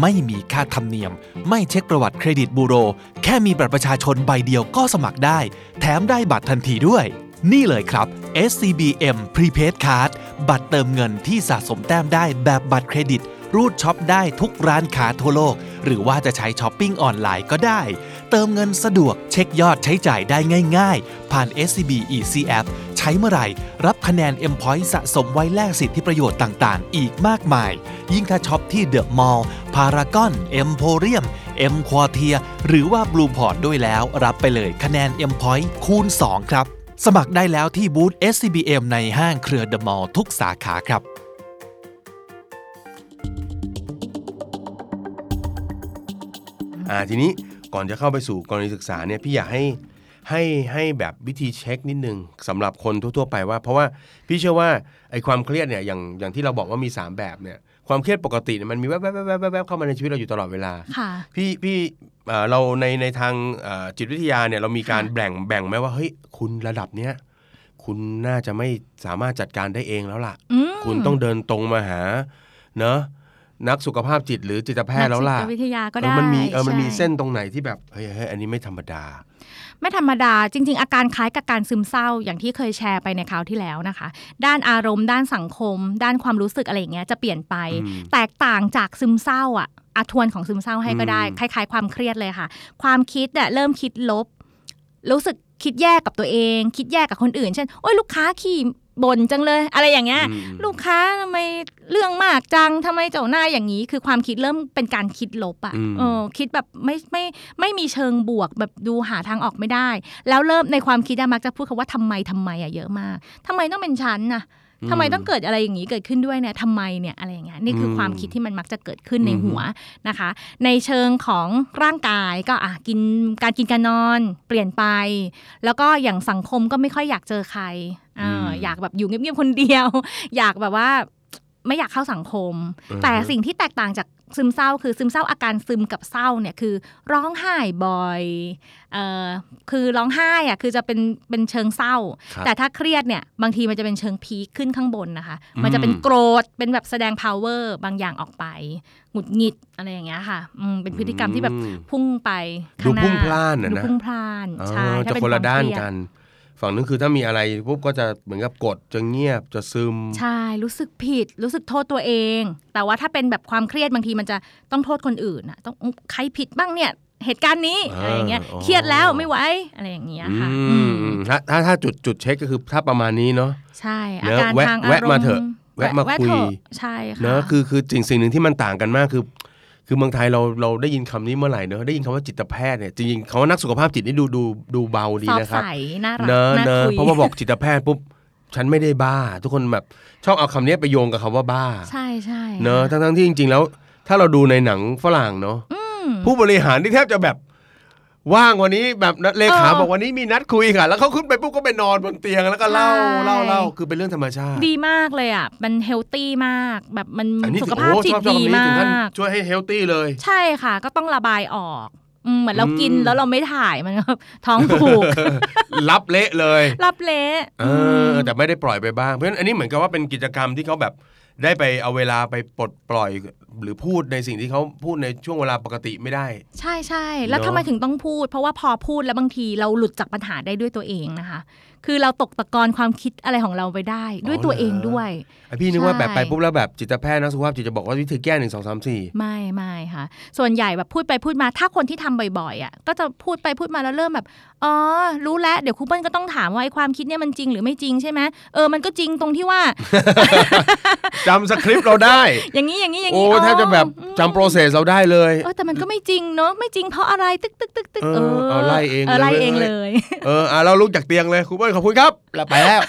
S3: ไม่มีค่าธรรมเนียม ไม่เช็คประวัติเครดิตบูโร แค่มีบัตรประชาชนใบเดียวก็สมัครได้ แถมได้บัตรทันทีด้วย นี่เลยครับ SCBM Prepaid Card บัตรเติมเงินที่สะสมแต้มได้แบบบัตรเครดิต รูดช็อปได้ทุกร้านค้าทั่วโลก หรือว่าจะใช้ช้อปปิ้งออนไลน์ก็ได้ เติมเงินสะดวกเช็คยอดใช้จ่ายได้ง่าย ๆ ผ่าน SCB EC App ใช้เมื่อไหร่ รับคะแนน M Point สะสมไว้แลกสิทธิประโยชน์ต่างๆ อีกมากมาย ยิ่งถ้าช็อปที่เดอะมอลล์พารากอน M p o r i u m M q u a r t i e r หรือว่า Blue Port ด้วยแล้ว รับไปเลยคะแนน M Point คูณ 2 ครับ สมัครได้แล้วที่บูธ SCBM ในห้างเครือเดอะมอลล์ทุกสาขาครับ
S1: อ่าทีนี้ก่อนจะเข้าไปสู่กรณีศึกษาเนี่ยพี่อยากให้ให้ให้แบบวิธีเช็คนิดนึงสำหรับคนทั่วๆไปว่า เพราะว่าพี่เชื่อว่าไอ้ความเครียดเนี่ยอย่างอย่างที่เราบอกว่ามี 3 แบบเนี่ยความเครียดปกติเนี่ยมันมีแวบๆๆๆๆเข้ามาในชีวิตเราอยู่ตลอดเวลา
S2: ำค่ะ
S1: พี่พี่เอ่อเราในในทางเอ่อจิตวิทยาเนี่ยเรามีการ
S2: ค่ะ
S1: แบ่งแบ่งไหมว่าเฮ้ยคุณระดับเนี้ยคุณน่าจะไม่สามารถจัดการได้เองแล้วล่ะ
S2: อืม
S1: คุณต้องเดินตรงมาหาเนอะนักสุขภาพจิตหรือจิตแพทย์แล้วล่ะ
S2: นักจิตวิทยาก็
S1: เอ
S2: ได้
S1: อมันมีเออมันมี
S2: ใช่
S1: เส้นตรงไหนที่แบบเฮ้ยเฮ้ยอันนี้ไม่ธรรมดา
S2: ไม่ธรรมดาจริง ๆ อาการคล้ายกับการซึมเศร้าอย่างที่เคยแชร์ไปในคราวที่แล้วนะคะ ด้านอารมณ์ ด้านสังคม ด้านความรู้สึกอะไรอย่างเงี้ยจะเปลี่ยนไป
S1: อืม
S2: แตกต่างจากซึมเศร้าอ่ะอาทวนของซึมเศร้าให้ก็ได้
S1: อืม
S2: คล้าย ๆ ความเครียดเลยค่ะ ความคิดเนี่ยเริ่มคิดลบ รู้สึกคิดแย่กับตัวเอง คิดแย่กับคนอื่น เช่นโอ้ยลูกค้าขี่บ่นจังเลย อะไรอย่างเงี้ย
S1: อืม
S2: ลูกค้าทำไมเรื่องมากจังทำไมเจ้าหน้ายอย่างนี้ คือความคิดเริ่มเป็นการคิดลบอะ่ะ
S1: อืม
S2: เออคิดแบบไม่ไม่ไม่มีเชิงบวกแบบดูหาทางออกไม่ได้ แล้วเริ่มในความคิดอะมักจะพูดคำว่าทำไมทำไมอะเยอะมากทำไมต้องเป็นฉันนะ ทำไมต้องเกิดอะไรอย่างนี้เกิดขึ้นด้วยเนี่ยทำไมเนี่ยอะไรอย่างเงี้ยนี่คืออ
S1: ม
S2: ความคิดที่มันมักจะเกิดขึ้นใน
S1: อือฮึ
S2: หัวนะคะ ในเชิงของร่างกายก็อ่ะกินการกินการนอนเปลี่ยนไป แล้วก็อย่างสังคมก็ไม่ค่อยอยากเจอใครเอออ
S1: ม
S2: อยากแบบอยู่เงียบๆคนเดียว *laughs* อยากแบบว่าไม่อยากเข้าสังคม แต่สิ่งที่แตกต่างจากซึมเศร้า คือซึมเศร้าอาการซึมกับเศร้าเนี่ยคือร้องไห้บ่อยเอ่อคือร้องไห้อะคือจะเป็นเป็นเชิงเศร้า
S1: ครับ
S2: แต่ถ้าเครียดเนี่ยบางทีมันจะเป็นเชิงพีคขึ้นข้างบนนะคะ
S1: อืม
S2: มันจะเป็นโกรธเป็นแบบแสดง power บางอย่างออกไปหงุดหงิดอะไรอย่างเงี้ยค่ะอืมเป็นพฤติกรรมที่แบบ
S1: อืม
S2: พุ่งไปข้างหน้า
S1: ดูพุ่งพล่านอะนะ
S2: ดูพุ่งพล่านใช่
S1: อ๋อ
S2: ถ้า
S1: จะ
S2: เป็
S1: คนละ
S2: วม
S1: ด้าน
S2: เครีย
S1: กัน ฝั่งนึงคือถ้ามีอะไรปุ๊บก็จะเหมือนกับกดจะเงียบจะซึม
S2: ใช่ รู้สึกผิด รู้สึกโทษตัวเอง แต่ว่าถ้าเป็นแบบความเครียดบางทีมันจะต้องโทษคนอื่นนะต้องใครผิดบ้างเนี่ย เหตุการณ์นี้
S1: เอออ
S2: อะไรอย่างเงี้ย
S1: อ๋อ
S2: เครียดแล้วไม่ไหวอะไรอย่างเงี้ยค่ะ
S1: อื
S2: อื
S1: ม
S2: ม
S1: ถ้าถ้าถ้าจุดจุดเช็คก็คือถ้าประมาณนี้เนาะ
S2: ใช่
S1: เน
S2: อา
S1: อะ
S2: การ
S1: แวะ
S2: ทางอา
S1: แวะ
S2: รม
S1: มา
S2: ณ์
S1: เถอะแวะมาคุย
S2: เถอะใช่ค่ะ
S1: เนอะคือคือสิ่งสิ่งหนึ่งที่มันต่างกันมากคือ คือเมืองไทยเราเราได้ยินคำนี้เมื่อไหร่เนอะได้ยินคำว่าจิตแพทย์เนี่ยจริงๆคำว่านักสุขภาพจิตนี่ดูดูดูเบาดี
S2: สอบ
S1: นะครับ
S2: ใสน่ารัก
S1: เนอะ
S2: น่า
S1: เนอะ
S2: คุย
S1: เพราะว่าบอกจิตแพทย์ปุ๊บฉันไม่ได้บ้า ทุกคนแบบชอบเอาคำนี้ไปโยงกับคำว่าบ้า
S2: ใช่ใช่
S1: เนอะทั้งๆที่จริง ๆ แล้ว ถ้าเราดูในหนังฝรั่งเนอะผู้บริหารที่แทบจะแบบว่างวันนี้แบบเลขาบอกวันนี้มีนัดคุยค่ะ แล้วเขาขึ้นไปปุ๊บก็ไปนอนบนเตียงแล้วก็เล่าเล่าเล่าคือเป็นเรื่องธรรมชาติ
S2: ดีมากเลยอ่ะ มันเฮลตี้มาก แบบมัน
S1: อันนี้
S2: สุ
S1: ถึ
S2: ข
S1: ง
S2: ภาพ
S1: โอ้
S2: จิต
S1: ชอบชอบ
S2: ดี
S1: คำนี้
S2: มา
S1: ถึงขั้น
S2: ก
S1: ช่วยให้เฮลตี้เลย
S2: *laughs* ใช่ค่ะ ก็ต้องระบายออกอืมเหมือนเรากิน
S1: อืม
S2: แล้วเราไม่ถ่ายมันก็ *laughs* ท้องผูก
S1: รับเละเลย
S2: รับเละ
S1: เออแต่ไม่ได้ปล่อยไปบ้างเพราะฉะนั้นอันนี้เหมือนกับว่าเป็นกิจกรรมที่เขาแบบได้ไปเอาเวลาไปปลดปล่อย หรือพูดในสิ่งที่เขาพูดในช่วงเวลาปกติไม่ได้
S2: ใช่ใช่แล้ว
S1: เนอะ
S2: ทำไมถึงต้องพูด เพราะว่าพอพูดแล้วบางทีเราหลุดจากปัญหาได้ด้วยตัวเองนะคะ คือเราตกตะกอนความคิดอะไรของเราไปได้ ด้วยตัวเองด้วย
S1: ไอ้พี่นึกว่า
S2: ใช่
S1: แบบไปปุ๊บแล้วแบบจิตแพทย์นะสุขภาพจิตจะบอกว่าวิธีแก้หนึ่งสองสามสี่
S2: ไม่ไม่ค่ะ ส่วนใหญ่แบบพูดไปพูดมาถ้าคนที่ทำบ่อยๆอ่ะก็จะพูดไปพูดมาแล้วเริ่มแบบอ๋อรู้แล้วเดี๋ยวครูเปิ้ลก็ต้องถามว่าไอ้ความคิดเนี่ยมันจริงหรือไม่จริงใช่ไหมเออมันก็จริงตรงที่ว่า
S1: จำสคริปต์เราได้
S2: *laughs* อย่างนี้อย่างนี้อย่าง
S1: โอ้
S2: นี้
S1: แทบจะแบบ
S2: อ๋อ
S1: จำโปรเซสเราได้เลย
S2: เออแต่มันก็ไม่จริงเนอะไม่จริงเพราะอะไรตึกตึกตึกตึก
S1: เออเอาไล่เอง
S2: ไล่เอง
S1: เล
S2: เลย
S1: เอออ่ะเราลุกจากเตียงเลยครูเบิ้ลขอบคุณครับเราไปแล้ว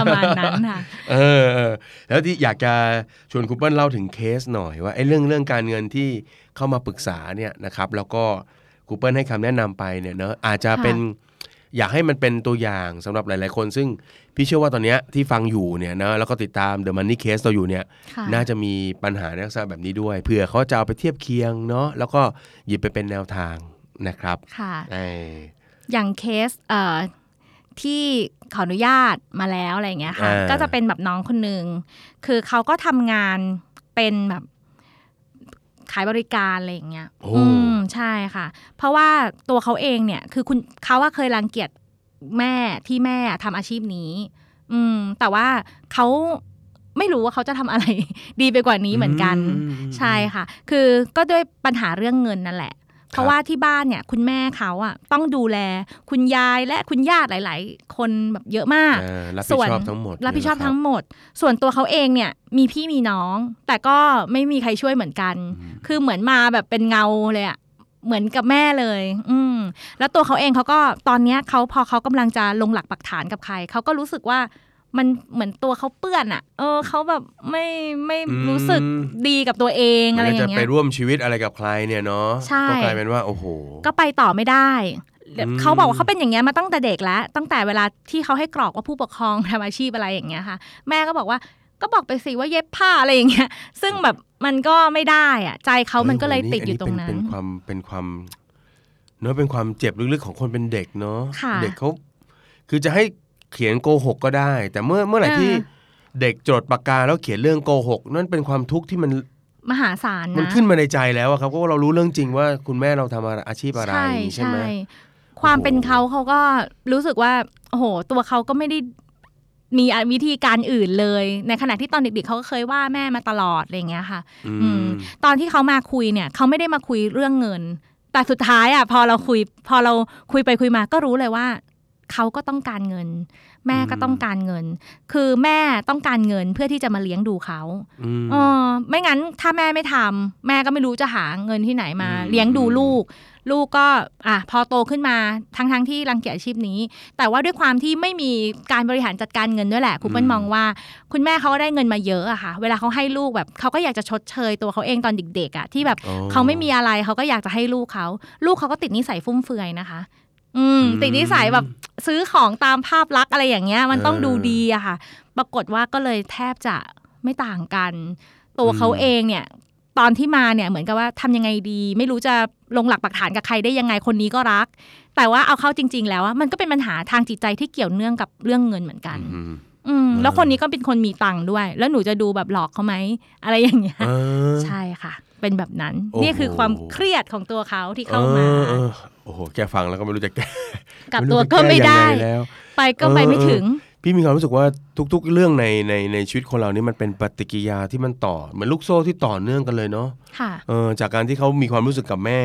S2: ประมาณนั้นค่ะ
S1: เออเออแล้วที่อยากจะชวนครูเปิ้ลเล่าถึงเคสหน่อยว่าไอ้เรื่องเรื่องการเงินที่เข้ามาปรึกษาเนี่ยนะครับ แล้วก็ครูเปิ้ลให้คำแนะนำไปเนี่ยเนอะอาจจะเป็นอยากให้มันเป็นตัวอย่างสำหรับหลาย ๆ คน ซึ่งพี่เชื่อว่าตอนเนี้ยที่ฟังอยู่เนี่ยนะแล้วก็ติดตาม The Money Case เราอยู่เนี่ย
S2: ค่ะ
S1: น่าจะมีปัญหาในลักษณะแบบนี้ด้วยเผื่อเขาจะเอาไปเทียบเคียงเนาะแล้วก็หยิบไปเป็นแนวทางนะครับ
S2: ค่ะ
S1: ไอ
S2: อย่างเคสเอ่อที่ขออนุญาตมาแล้วอะไรอย่างเงี้ยค่ะ
S1: อ่า
S2: ก็จะเป็นแบบน้องคนหนึ่งคือเขาก็ทำงานเป็นแบบขายบริการอะไรอย่างเงี้ย
S1: โอ้
S2: อืมใช่ค่ะ เพราะว่าตัวเขาเองเนี่ยคือคุณเขาว่าเคยรังเกียจแม่ที่แม่ทำอาชีพนี้ อืม แต่ว่าเขาไม่รู้ว่าเขาจะทำอะไร *laughs* ดีไปกว่านี้เหมือนกัน
S1: อืม
S2: ใช่ค่ะ คือก็ด้วยปัญหาเรื่องเงินนั่นแหละ เพ
S1: ครั
S2: ราะ
S1: บ
S2: ว่าที่บ้านเนี่ยคุณแม่เขาอ่ะต้องดูแลคุณยายและคุณญาติหลาย ๆ คนแบบเยอะมาก
S1: เออรับผิดชอบทั้งหมด
S2: รับผิดชอบ
S1: เลยนะค
S2: ทั้งหมด ส่วนตัวเขาเองเนี่ยมีพี่มีน้อง แต่ก็ไม่มีใครช่วยเหมือนกัน คือเหมือนมาแบบเป็นเงาเลยอะเหมือนกับแม่เลย อืมแล้วตัวเขาเองเขาก็ตอนเนี้ยเขาพอเขากำลังจะลงหลักปักฐานกับใคร เขาก็รู้สึกว่ามันเหมือนตัวเขาเปื้อนอะเออเขาแบบไม่ไม่
S1: อืม
S2: รู้สึกดีกับตัวเองอะไรอย่าง
S1: มัน
S2: เงี้
S1: จะไป
S2: ย
S1: ร่วมชีวิตอะไรกับใครเนี่ยเนาะ
S2: ใช่
S1: ก็กลายเป็นว่าโอ้โห
S2: ก็ไปต่อไม่ได้
S1: อืม
S2: เขาบอกว่าเขาเป็นอย่างเงี้ยมาตั้งแต่เด็กแล้ว ตั้งแต่เวลาที่เขาให้กรอกว่าผู้ปกครองทำอาชีพอะไรอย่างเงี้ยค่ะ แม่ก็บอกว่าก็บอกไปสิว่าเย็บผ้าอะไรอย่างเงี้ย ซึ่งแบบมันก็ไม่ได้อะใจเขามันก็เลยติดอยู่ตรงนั้
S1: เป็น นความเป็นความเนาะเป็นความเจ็บลึกๆของคนเป็นเด็กเนาะ
S2: ค่ะ
S1: เด็กเขาคือจะให้เขียนโกหกก็ได้ แต่เมื่อเมื่อไหร่
S2: อ่า
S1: ที่เด็กจดปากกาแล้วเขียนเรื่องโกหกนั่นเป็นความทุกข์ที่มัน
S2: มหาศาล
S1: มัน
S2: นะ
S1: ขึ้นมาในใจแล้วอะครับเพราะว่าเรารู้เรื่องจริงว่าคุณแม่เราทำอะไรอาชีพอะไร
S2: ใช่
S1: ใช่ไหม
S2: ใช่ ความเป็นเขาเขาก็รู้สึกว่าโอ้โหตัวเขาก็ไม่ได้มีวิธีการอื่นเลย ในขณะที่ตอนเด็กๆเขาก็เคยว่าแม่มาตลอดอะไรอย่างเงี้ยค่ะ
S1: อื
S2: อืม
S1: ม
S2: ตอนที่เขามาคุยเนี่ยเขาไม่ได้มาคุยเรื่องเงิน แต่สุดท้ายอ่ะพอเราคุยพอเราคุยไปคุยมาก็รู้เลยว่า เขาก็ต้องการเงิน แม่ก็
S1: อืม
S2: ต้องการเงิน คือแม่ต้องการเงินเพื่อที่จะมาเลี้ยงดูเขา
S1: อืม
S2: เออไม่งั้นถ้าแม่ไม่ทำแม่ก็ไม่รู้จะหาเงินที่ไหนมา
S1: อืม
S2: เลี้ยงดูลูก ลูกก็อ่ะพอโตขึ้นมาทั้งทั้งๆที่รังเกียจอาชีพนี้ แต่ว่าด้วยความที่ไม่มีการบริหารจัดการเงินด้วยแหละครูเปิ้ล
S1: อืม
S2: มองว่า คุณแม่เขาก็ได้เงินมาเยอะอะค่ะ เวลาเขาให้ลูกแบบเขาก็อยากจะชดเชยตัวเขาเองตอนเด็กๆอะที่แบบ
S1: อ๋อ
S2: เขาไม่มีอะไรเขาก็อยากจะให้ลูกเขา ลูกเขาก็ติดนิสัยฟุ่มเฟือยนะคะ อืม ติดนิสัยแบบซื้อของตามภาพลักษณ์อะไรอย่างเงี้ย มันต้อง
S1: เออ
S2: ดูดีอะค่ะ ปรากฏว่าก็เลยแทบจะไม่ต่างกัน ตัว
S1: อืม
S2: เขาเองเนี่ย ตอนที่มาเนี่ยเหมือนกับว่าทำยังไงดี ไม่รู้จะลงหลักปักฐานกับใครได้ยังไงคนนี้ก็รัก แต่ว่าเอาเข้าจริง ๆ แล้วอะมันก็เป็นปัญหาทางจิตใจที่เกี่ยวเนื่องกับเรื่องเงินเหมือนกัน
S1: อืม
S2: อืม แล้วคนนี้ก็เป็นคนมีตังค์ด้วย แล้วหนูจะดูแบบหลอกเขาไหมอะไรอย่างเงี้ย
S1: เออ
S2: ใช่ค่ะ เป็นแบบนั้น
S1: โอ้โห
S2: นี่คือความเครียดของตัวเขาที่เข้ามา
S1: ออเออโอ้โหแกฟังแล้วก็ไม่รู้จะแก้
S2: กลับ
S1: ไม่
S2: ตั
S1: รู้
S2: ว
S1: จะ
S2: ก็ไม่ได้
S1: แก้ยังงแล้ว
S2: ไปก็ไปไม่ถึง
S1: พี่มีความรู้สึกว่าทุก ๆ เรื่องในในในชีวิตคนเรานี่มันเป็นปฏิกิริยาที่มันต่อเหมือนลูกโซ่ที่ต่อเนื่องกันเลยเนาะ
S2: ค่ะ
S1: เออจากการที่เขามีความรู้สึกกับแม่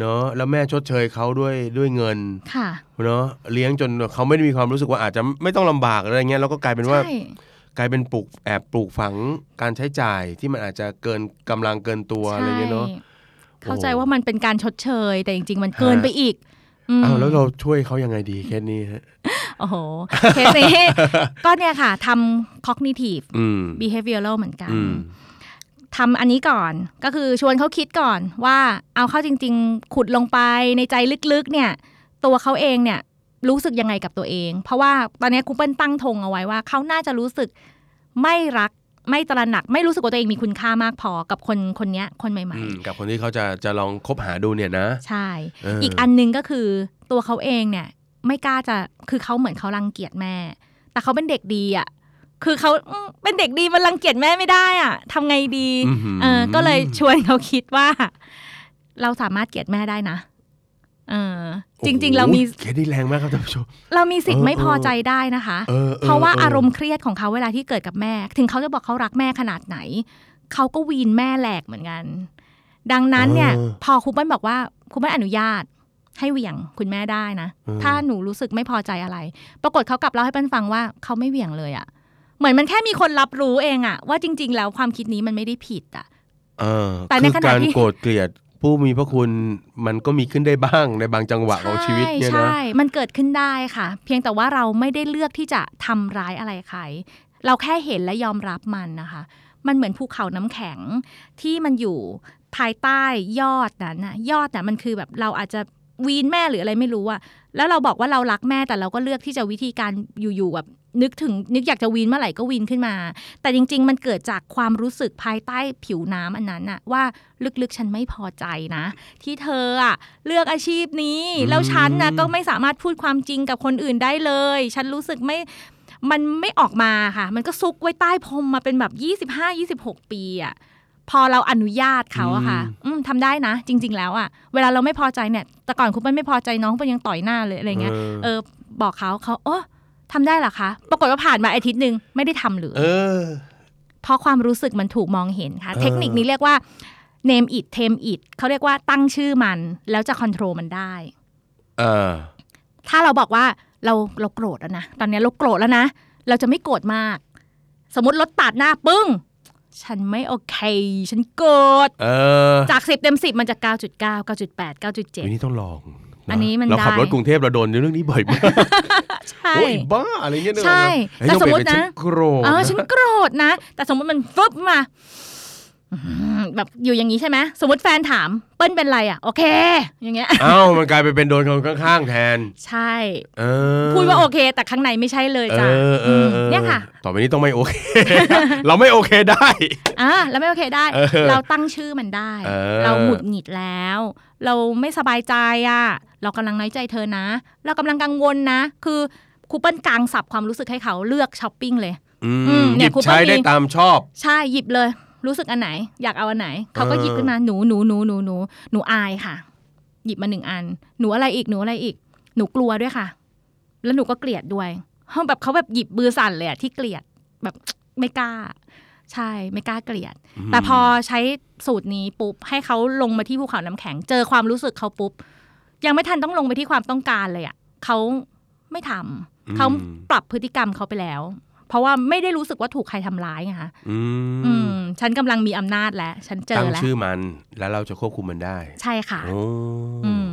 S1: เนาะแล้วแม่ชดเชยเขาด้วยด้วยเงิน
S2: ค่ะ
S1: เนาะเลี้ยงจนเขาไม่ได้มีความรู้สึกว่าอาจจะไม่ต้องลำบากอะไรเงี้ยแล้วก็กลายเป็นว่า
S2: ใช่
S1: กลายเป็นปลูกแอบปลูกฝังการใช้จ่ายที่มันอาจจะเกินกำลังเกินตัวอะไรเงี้ยเนาะ
S2: ใช่ เข้าใจว่ามันเป็นการชดเชย แต่จริง ๆ มันเกิน
S1: ฮะ
S2: ไปอีกอืม
S1: อ้าวแล้วเราช่วยเขายังไงดีเคสนี้ฮะ
S2: โอ้โห เคสนี้ ก็เนี่ยค่ะทำ cognitive
S1: อืม
S2: behavioral เหมือนกัน
S1: อืม
S2: ทำอันนี้ก่อนก็คือชวนเขาคิดก่อนว่าเอาเข้าจริง ๆ ขุดลงไปในใจลึกๆ เนี่ย ตัวเขาเองเนี่ยรู้สึกยังไงกับตัวเอง เพราะว่าตอนนี้ครูเปิ้ลตั้งธงเอาไว้ว่าเขาน่าจะรู้สึกไม่รักไม่ตระหนัก ไม่รู้สึกว่าตัวเองมีคุณค่ามากพอกับคนคนเนี้ยคนใหม่
S1: อืมกับคนที่เขาจะจะลองคบหาดูเนี่ยนะ
S2: ๆ ใช่
S1: เอออี
S2: อีกอันหนึงก็คือตัวเขาเองเนี่ย ไม่กล้าจะคือเขาเหมือนเขารังเกียจแม่ แต่เขาเป็นเด็กดีอ่ะคือเขาอืมเป็นเด็กดีมันรังเกียจแม่ไม่ได้อ่ะทำไงดี
S1: หื
S2: เออก็เลยชวนเขาคิดว่า เราสามารถเกลียดแม่ได้นะ เออ
S1: โอ้โห
S2: จริง ๆ เรามี
S1: เคสนี้แรงมากครับท่านผู้ชม
S2: เรามีสิทธิ์
S1: เออ
S2: ไม่พอ
S1: เออ
S2: ใจได้นะคะ
S1: ออ
S2: เพราะว่าอารมณ์เครียดของเขาเวลาที่เกิดกับแม่ ถึงเขาจะบอกเขารักแม่ขนาดไหน เขาก็วีนแม่แหลกเหมือนกัน ดังนั้นเนี่ย พอครูเปิ้ลบอกว่าครูเปิ้ลอนุญาต ให้เหวี่ยงคุณแม่ได้นะ
S1: เออ
S2: ถ้าหนูรู้สึกไม่พอใจอะไร ปรากฏเขากลับเล่าให้เปิ้ลฟังว่าเขาไม่เหวี่ยงเลยอะเหมือนมันแค่มีคนรับรู้เองอะว่าจริง ๆ แล้วความคิดนี้มันไม่ได้ผิดอะ
S1: เออ
S2: แต่ใน
S1: คือ
S2: ขณะ
S1: การ
S2: ที่
S1: โกรธเกลียด ผู้มีพระคุณมันก็มีขึ้นได้บ้างในบางจังหวะของชีวิตเนี่ย
S2: ใช่
S1: นะ
S2: ใช่ มันเกิดขึ้นได้ค่ะ เพียงแต่ว่าเราไม่ได้เลือกที่จะทำร้ายอะไรใคร เราแค่เห็นและยอมรับมันนะคะ มันเหมือนภูเขาน้ำแข็งที่มันอยู่ภายใต้ยอดนั้นนะยอดน่ะมันคือแบบเราอาจจะวีนแม่หรืออะไรไม่รู้อะแล้วเราบอกว่าเรารักแม่แต่เราก็เลือกที่จะวิธีการอยู่ๆแบบนึกถึงนึกอยากจะวีนเมื่อไหร่ก็วีนขึ้นมา แต่จริง ๆ มันเกิดจากความรู้สึกภายใต้ผิวน้ำอันนั้นน่ะว่าลึกๆฉันไม่พอใจนะ ที่เธออะเลือกอาชีพนี้
S1: อืม
S2: แล้วฉันนะก็ไม่สามารถพูดความจริงกับคนอื่นได้เลย ฉันรู้สึกไม่มันไม่ออกมาค่ะ มันก็ซุกไว้ใต้พรมมาเป็นแบบ 25-26 ปีอะพอเราอนุญาตเขาอะค่ะอืมทำได้นะ จริง ๆ แล้วอะเวลาเราไม่พอใจเนี่ยแต่ก่อนคุณเปิ้ลไม่พอใจน้องเปิ้ลยังต่อยหน้าเลยอะไรเงี้ย เออบอกเขาเขาโอ้ทำได้เหรอคะ ปรากฏว่าผ่านมาอาทิตย์หนึ่งไม่ได้ทำเลย
S1: เออ
S2: เพราะความรู้สึกมันถูกมองเห็นค่ะ
S1: เออ
S2: เทคนิคนี้เรียกว่า name it tame it เขาเรียกว่าตั้งชื่อมัน แล้วจะ control มันได้
S1: เออ
S2: ถ้าเราบอกว่าเราเราโกรธแล้วนะ ตอนนี้เราโกรธแล้วนะ เราจะไม่โกรธมาก สมมติรถตัดหน้าปึ้ง ฉันไม่โอเค ฉันโกรธ
S1: เออ
S2: จาก 10 เต็ม 10 มันจะ 9.9 9.8 9.7
S1: วันนี้ต้องลองะ
S2: อันนี้มัน
S1: เราขับ
S2: ได้
S1: รถกรุงเทพเราโดนเรื่องนี้บ่อยมาก
S2: ใช่
S1: โอ้ยบ้าอะไรเงี้ยเนอะ
S2: ใช่
S1: เฮ้ย
S2: แต่
S1: ต้องเปลี่ย
S2: สมมุติ
S1: เป็
S2: นะ
S1: ฉัโกรธ
S2: เออ
S1: นะ
S2: ฉันโกรธนะ แต่สมมติมันฟึบมาอืมแบบอยู่อย่างนี้ใช่ไหมสมมติแฟนถามเปิ้ลเป็นไรอ่ะ โอเค อย่างเงี้ย
S1: เอ้ามันกลายไปเป็นโดนคนข้างๆแทน
S2: ใช่
S1: เออ
S2: พูดว่าโอเค แต่ข้างในไม่ใช่เลยจ้ะ
S1: เออเออเออ
S2: เนี่ยค่ะ
S1: ต่อไปนี้ต้องไม่โอเค *laughs* เราไม่โอเคได้
S2: อ่าแล้วไม่โอเคได้
S1: เออ
S2: เราตั้งชื่อมันได้
S1: เออ
S2: เราหงุดหงิดแล้ว เราไม่สบายใจอ่ะ เรากำลังน้อยใจเธอนะ เรากำลังกังวลนะ คือครูเปิ้ลกลางสับความรู้สึกให้เขาเลือกช้อปปิ้งเลย
S1: อืม
S2: อืม
S1: ห
S2: เนี่
S1: ยิ
S2: ย
S1: บ
S2: ครู
S1: ใช้
S2: ป้ามี
S1: ได้ตามชอบ
S2: ใช่หยิบเลย รู้สึกอันไหน อยากเอาอันไหน เขาก็หยิบขึ้นมาหนูหนูหนูหนูหนูหนูอายค่ะ หยิบมาหนึ่งอัน หนูอะไรอีกหนูอะไรอีก หนูกลัวด้วยค่ะ แล้วหนูก็เกลียดด้วยเฮ้ยแบบเขาแบบหยิบมือสั่นเลยอะที่เกลียดแบบ ไม่กล้า ใช่ไม่กล้าเกลียด แต่พอใช้สูตรนี้ปุ๊บให้เขาลงมาที่ภูเขาน้ำแข็ง เจอความรู้สึกเขาปุ๊บ ยังไม่ทันต้องลงไปที่ความต้องการเลยอะเขาไม่ทำ
S1: อืม
S2: เขาปรับพฤติกรรมเขาไปแล้ว เพราะว่าไม่ได้รู้สึกว่าถูกใครทำร้ายไงคะ
S1: อืม
S2: อืม ฉันกำลังมีอำนาจแล้ว ฉันเจ
S1: ตั้
S2: อง แล้ว
S1: ชื่อมันแล้วเราจะควบคุมมันได้
S2: ใช่ค่ะ
S1: โอ้
S2: อืม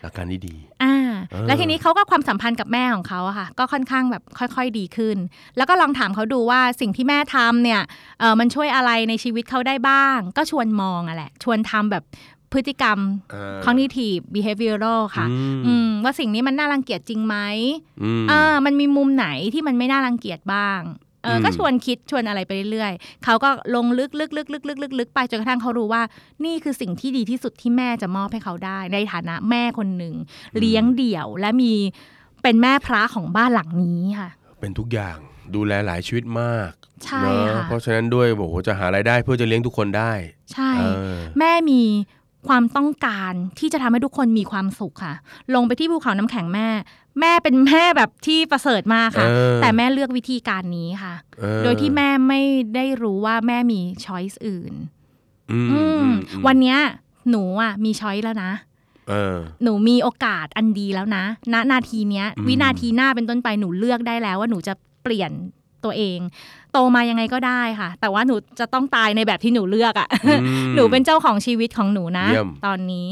S1: หลักการนี้ดี
S2: อ่า
S1: เออ
S2: แล้วทีนี้เขาก็ความสัมพันธ์กับแม่ของเขาอะค่ะ ก็ค่อนข้างแบบค่อยๆดีขึ้น แล้วก็ลองถามเขาดูว่าสิ่งที่แม่ทำเนี่ยเออมันช่วยอะไรในชีวิตเขาได้บ้าง ก็ชวนมองอะแหละ ชวนทำแบบพฤติกรรม cognitive behavioral ค่ะ
S1: อืม
S2: อืมว่าสิ่งนี้มันน่ารังเกียจจริงไหม
S1: อืม
S2: เออมันมีมุมไหนที่มันไม่น่ารังเกียจบ้างเอออ
S1: ม
S2: ก็ชวนคิดชวนอะไรไปเรื่อยๆเขาก็ลงลึกๆๆๆๆๆไปจนกระทั่งเขารู้ว่า นี่คือสิ่งที่ดีที่สุดที่แม่จะมอบให้เขาได้ ในฐานะแม่คนหนึ่ง เลี้ยงเดี่ยวและมีเป็นแม่พระของบ้านหลังนี้ค่ะ
S1: เป็นทุกอย่างดูแลหลายชีวิตมาก
S2: ใช่
S1: เนอะ
S2: ค่ะ
S1: เพราะฉะนั้นด้วยโอ้โหจะหารายได้เพื่อจะเลี้ยงทุกคนได้
S2: ใช่
S1: เออ
S2: แม่มีความต้องการที่จะทำให้ทุกคนมีความสุขค่ะ ลงไปที่ภูเขาน้ำแข็งแม่ แม่เป็นแม่แบบที่ประเสริฐมากค่ะ
S1: เออ
S2: แต่แม่เลือกวิธีการนี้ค่ะ
S1: เออ
S2: โดยที่แม่ไม่ได้รู้ว่าแม่มีช้อยส์อื่น
S1: อืม
S2: อืม
S1: อืม
S2: วันเนี้ยหนูอ่ะมีช้อยส์แล้วนะ
S1: เออ
S2: หนูมีโอกาสอันดีแล้วนะ ณ นาทีเนี้ย
S1: อืม
S2: วินาทีหน้าเป็นต้นไปหนูเลือกได้แล้วว่าหนูจะเปลี่ยนตัวเอง โตมายังไงก็ได้ค่ะ แต่ว่าหนูจะต้องตายในแบบที่หนูเลือกอ่ะ
S1: อืม
S2: หนูเป็นเจ้าของชีวิตของหนูนะ
S1: เยี่ยม
S2: ตอนนี้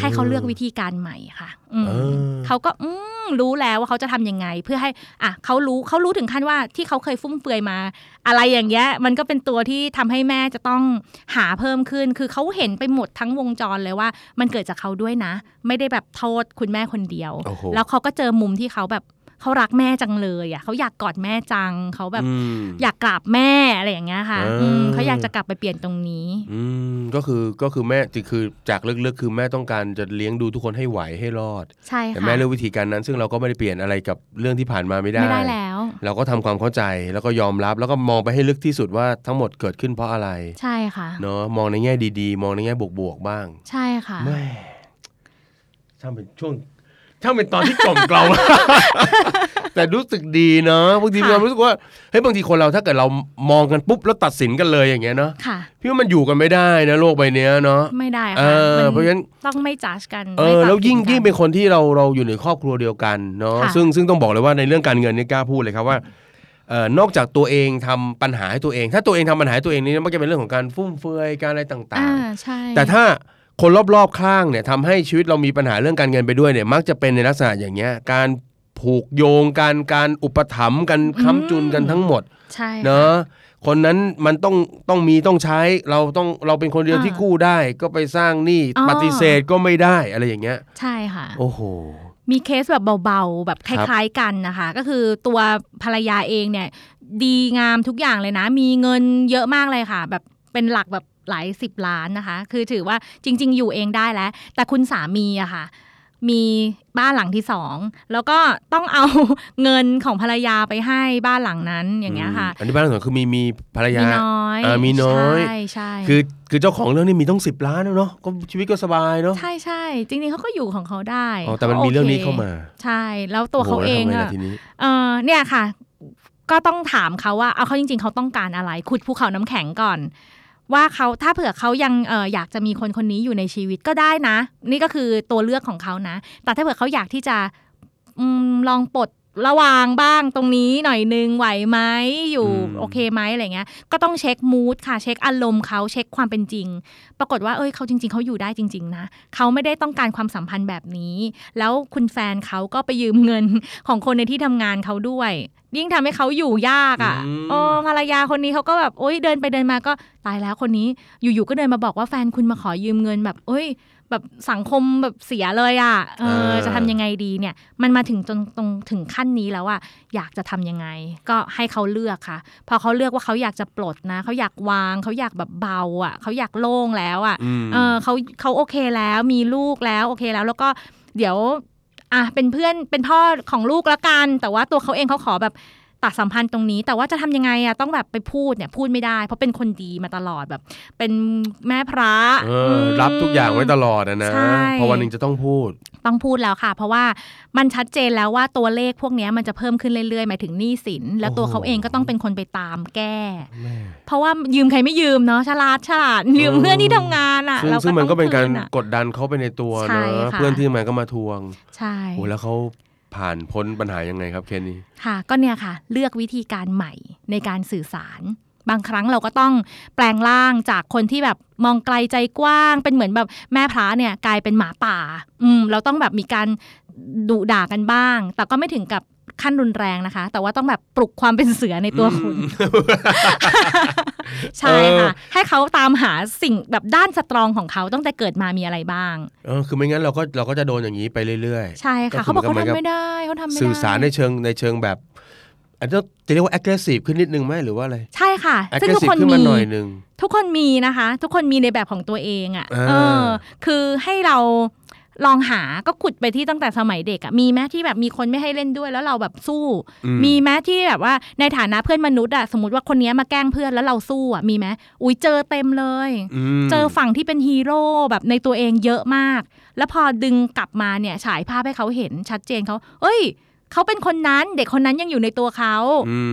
S2: ให้เขาเลือกวิธีการใหม่ค่ะอืม
S1: เออ
S2: เขาก็อืมรู้แล้วว่าเขาจะทำยังไง เพื่อให้อ่ะเขารู้เขารู้ถึงขั้นว่าที่เขาเคยฟุ่มเฟือยมา อะไรอย่างเงี้ย มันก็เป็นตัวที่ทำให้แม่จะต้องหาเพิ่มขึ้น คือเขาเห็นไปหมดทั้งวงจรเลยว่า มันเกิดจากเขาด้วยนะ ไม่ได้แบบโทษคุณแม่คนเดียว
S1: โอ้โห
S2: แล้วเขาก็เจอมุมที่เขาแบบเขารักแม่จังเลยอ่ะเขาอยากกอดแม่จังเขาแบบ
S1: อืม
S2: อยากกราบแม่อะไรอย่างเงี้ยค่ะ
S1: เอออื
S2: มเขาอยากจะกลับไปเปลี่ยนตรงนี้
S1: อืมก็คือก็คือแม่จริงคือจากเลือกๆคือแม่ต้องการจะเลี้ยงดูทุกคนให้ไหวให้รอด
S2: ใช่
S1: แต่
S2: ค่ะ
S1: แม่เลือกวิธีการนั้น ซึ่งเราก็ไม่ได้เปลี่ยนอะไรกับเรื่องที่ผ่านมาไม่ได้
S2: ไม่ได้แล้ว
S1: เราก็ทำความเข้าใจแล้วก็ยอมรับแล้วก็มองไปให้ลึกที่สุดว่าทั้งหมดเกิดขึ้นเพราะอะไร
S2: ใช่ค่ะ
S1: เนาะมองในแง่ดีๆ มองในแง่บวกๆบ้าง
S2: ใช่ค่ะ
S1: แม่ช่างเป็นช่วงช่างเป็นตอนที่กล่อมเก *laughs* ลา แต่รู้สึกดีเนาะบางที
S2: ค่ะ
S1: มีความรู้สึกว่าเฮ้ยบางทีคนเราถ้าเกิดเรามองกันปุ๊บแล้วตัดสินกันเลยอย่างเงี้ยเนาะ
S2: ค่ะ
S1: พี่ว่ามันอยู่กันไม่ได้นะโลกใบเนี้ยเนาะ
S2: ไม่ได้
S1: เอ
S2: ค่ะ
S1: อ
S2: มั
S1: เพราะฉะนั้น
S2: ต้องไม่จัดกัน
S1: เอ
S2: ไม่
S1: อ
S2: ตัดสิน
S1: แล้วยิ่ง
S2: กัน
S1: ยิ่งเป็นคนที่เราเราอยู่ในครอบครัวเดียวกันเนาะ
S2: ค่ะ
S1: ซึ่งซึ่งต้องบอกเลยว่าในเรื่องการเงินเนี่ยกล้าพูดเลยครับว่าเอ่อนอกจากตัวเองทำปัญหาให้ตัวเอง ถ้าตัวเองทำปัญหาให้ตัวเองนี่มันจะเป็นเรื่องของการฟุ่มเฟือยการอะไรต่า
S2: อ่าง
S1: ๆ
S2: ใช่
S1: แต่ถ้าคนรอบๆข้างเนี่ยทำให้ชีวิตเรามีปัญหาเรื่องการเงินไปด้วยเนี่ยมักจะเป็นในลักษณะอย่างเงี้ยการผูกโยงการการอุปถัมภ์กันค้ำจุนกันทั้งหมด
S2: ใช่ค่ะ
S1: เนาะคนนั้นมันต้องต้องมีต้องใช้เราต้องเราเป็นคนเดียว
S2: อ่า
S1: ที่กู้ได้ ก็ไปสร้างหนี้
S2: อ๋อ
S1: ปฏิเสธก็ไม่ได้อะไรอย่างเงี้ย
S2: ใช่ค่ะ
S1: โอ้โห
S2: มีเคสแบบเบาๆ แบบ
S1: ค
S2: ครับ ล้ายๆกันนะคะ ก็คือตัวภรรยาเองเนี่ย ดีงามทุกอย่างเลยนะ มีเงินเยอะมากเลยค่ะ แบบเป็นหลักแบบหลายสิบล้านนะคะ คือถือว่าจริง ๆ อยู่เองได้แล้ว แต่คุณสามีอะค่ะ มีบ้านหลังที่สองแล้วก็ต้องเอา เงินของภรรยาไปให้บ้านหลังนั้นอย่างเงี้ยค่ะ
S1: มอันนี้บ้านหลังสองคือมีมีภรรยา
S2: มีน้อย
S1: อ่ามีน้อย
S2: ใช่ใช่
S1: คือคือเจ้าของเรื่องนี่มีต้องสิบล้านแล้วเนาะก็ชีวิตก็สบายเนาะ
S2: ใช่ใช่จริงๆเขาก็อยู่ของเขาได้
S1: อ๋อแต่มันมีเรื่องนี้เข้ามา
S2: ใช่ แล้วตัวเขาเอง
S1: โโหแล้วทำไง
S2: อะ
S1: ล่ะทีนี้
S2: เออเนี่ยค่ะ ก็ต้องถามเขาว่า เอาเขาจริง ๆ เขาต้องการอะไร ขุดภูเขาน้ำแข็งก่อน ว่าเขาถ้าเผื่อเขายังเอออยากจะมีคนคนนี้อยู่ในชีวิตก็ได้นะ นี่ก็คือตัวเลือกของเขานะ แต่ถ้าเผื่อเขาอยากที่จะอมลองปลดระวางบ้างตรงนี้หน่อยนึงไหวไหมอยู่
S1: อืม
S2: โอเคไหมอะไรเงี้ย ก็ต้องเช็คมูดค่ะ เช็คอารมณ์เขาเช็คความเป็นจริง ปรากฏว่าเอ้ยเขาจริง ๆเขาอยู่ได้จริง ๆ นะ เขาไม่ได้ต้องการความสัมพันธ์แบบนี้ แล้วคุณแฟนเขาก็ไปยืมเงิน *laughs* ของคนในที่ทำงานเขาด้วย ยิ่งทำให้เขาอยู่ยากอะ่ะ
S1: อืม
S2: โอ้ภรรยาคนนี้เขาก็แบบโอ้ยเดินไปเดินมาก็ตายแล้วคนนี้ อยู่ๆก็เดินมาบอกว่าแฟนคุณมาขอยืมเงินแบบเอ้ย แบบสังคมแบบเสียเลยอะ่ะเออจะทำยังไงดีเนี่ย มันมาถึงจนตรงถึงขั้นนี้แล้วอะอยากจะทำยังไง ก็ให้เขาเลือกค่ะ พอเขาเลือกว่าเขาอยากจะปลดนะเขาอยากวางเขาอยากแบบเบาอะ่ะเขาอยากโล่งแล้วอ่ะ
S1: อืม
S2: เออเขาเขาโอเคแล้วมีลูกแล้วโอเคแล้วแล้วก็เดี๋ยวอ่ะเป็นเพื่อนเป็นพ่อของลูกละกัน แต่ว่าตัวเขาเองเขาขอแบบตัดสัมพันธ์ตรงนี้ แต่ว่าจะทำยังไงอะต้องแบบไปพูดเนี่ยพูดไม่ได้ เพราะเป็นคนดีมาตลอดแบบ เป็นแม่พระ
S1: เออรับทุกอย่างไว้ตลอดอะนะ
S2: ใช่
S1: เพอวันหนึ่งจะต้องพูด
S2: ต้องพูดแล้วค่ะ เพราะว่ามันชัดเจนแล้วว่าตัวเลขพวกเนี้ยมันจะเพิ่มขึ้นเรื่อยๆหมายถึงหนี้สิน แล้วตัวเขาเองก็ต้องเป็นคนไปตามแก้ เพราะว่ายืมใครไม่ยืมเนาะฉลาดฉลาดยืมเพื่อนที่ทำงานอะ
S1: ซึ่ง
S2: เรา
S1: ซึ่งมัน
S2: ต้อง
S1: ก็เป็นการ
S2: คือะ
S1: กดดันเขาไปในตัว
S2: ใช่
S1: เนอะ
S2: ค่ะ
S1: เพื่อนที่ทำงานก็มาทวง
S2: ใช่
S1: โอ้แล้วเขา ผ่านพ้นปัญหายังไงครับเคนนี่
S2: ค่ะก็เนี่ยค่ะเลือกวิธีการใหม่ในการสื่อสาร บางครั้งเราก็ต้องแปลงร่างจากคนที่แบบมองไกลใจกว้าง เป็นเหมือนแบบแม่พระเนี่ยกลายเป็นหมาป่าอืมเราต้องแบบมีการดุด่ากันบ้าง แต่ก็ไม่ถึงกับขั้นรุนแรงนะคะ แต่ว่าต้องแบบปลุกความเป็นเสือในตัวคุณ ใช่ค่ะ ให้เขาตามหาสิ่งแบบด้านสตรองของเขาตั้งแต่เกิดมามีอะไรบ้าง
S1: เออคือไม่งั้นเราก็เราก็จะโดนอย่างนี้ไปเรื่อย
S2: ใช่
S1: ก็คื
S2: ค่ะ
S1: อ
S2: เขาบอกเขา
S1: เหมือนกับ
S2: ทำไม่ได้เขาทำไม่
S1: ๆ
S2: ได้
S1: สื่อสารในเชิงในเชิงแบบอาจจะจะเรียกว่า aggressive ขึ้นนิดนึงไหมหรือว่าอะไร
S2: ใช่ค่ะ ซึ่งทุก
S1: aggressive
S2: คน
S1: ขึ้น
S2: มี
S1: มาหน่อยนึง
S2: ทุกคนมีนะคะ ทุกคนมีในแบบของตัวเองอะ่ะ
S1: อ่า
S2: เออ คือให้เราลองหาก็ขุดไปที่ตั้งแต่สมัยเด็กอะ่ะมีแม้ที่แบบมีคนไม่ให้เล่นด้วยแล้วเราแบบสู้
S1: อื
S2: มีแม้ที่แบบว่าในฐานะเพื่อนมนุษย์อะ่ะสมมติว่าคนเนี้ยมาแกล้งเพื่อนแล้วเราสู้อะ่ะมีไหมอุ้ยเจอเต็มเลย
S1: ม
S2: เจอฝั่งที่เป็นฮีโร่แบบในตัวเองเยอะมาก แล้วพอดึงกลับมาเนี่ยฉายภาพให้เขาเห็นชัดเจนเขาเอ้ย เขาเป็นคนนั้นเด็กคนนั้นยังอยู่ในตัวเขา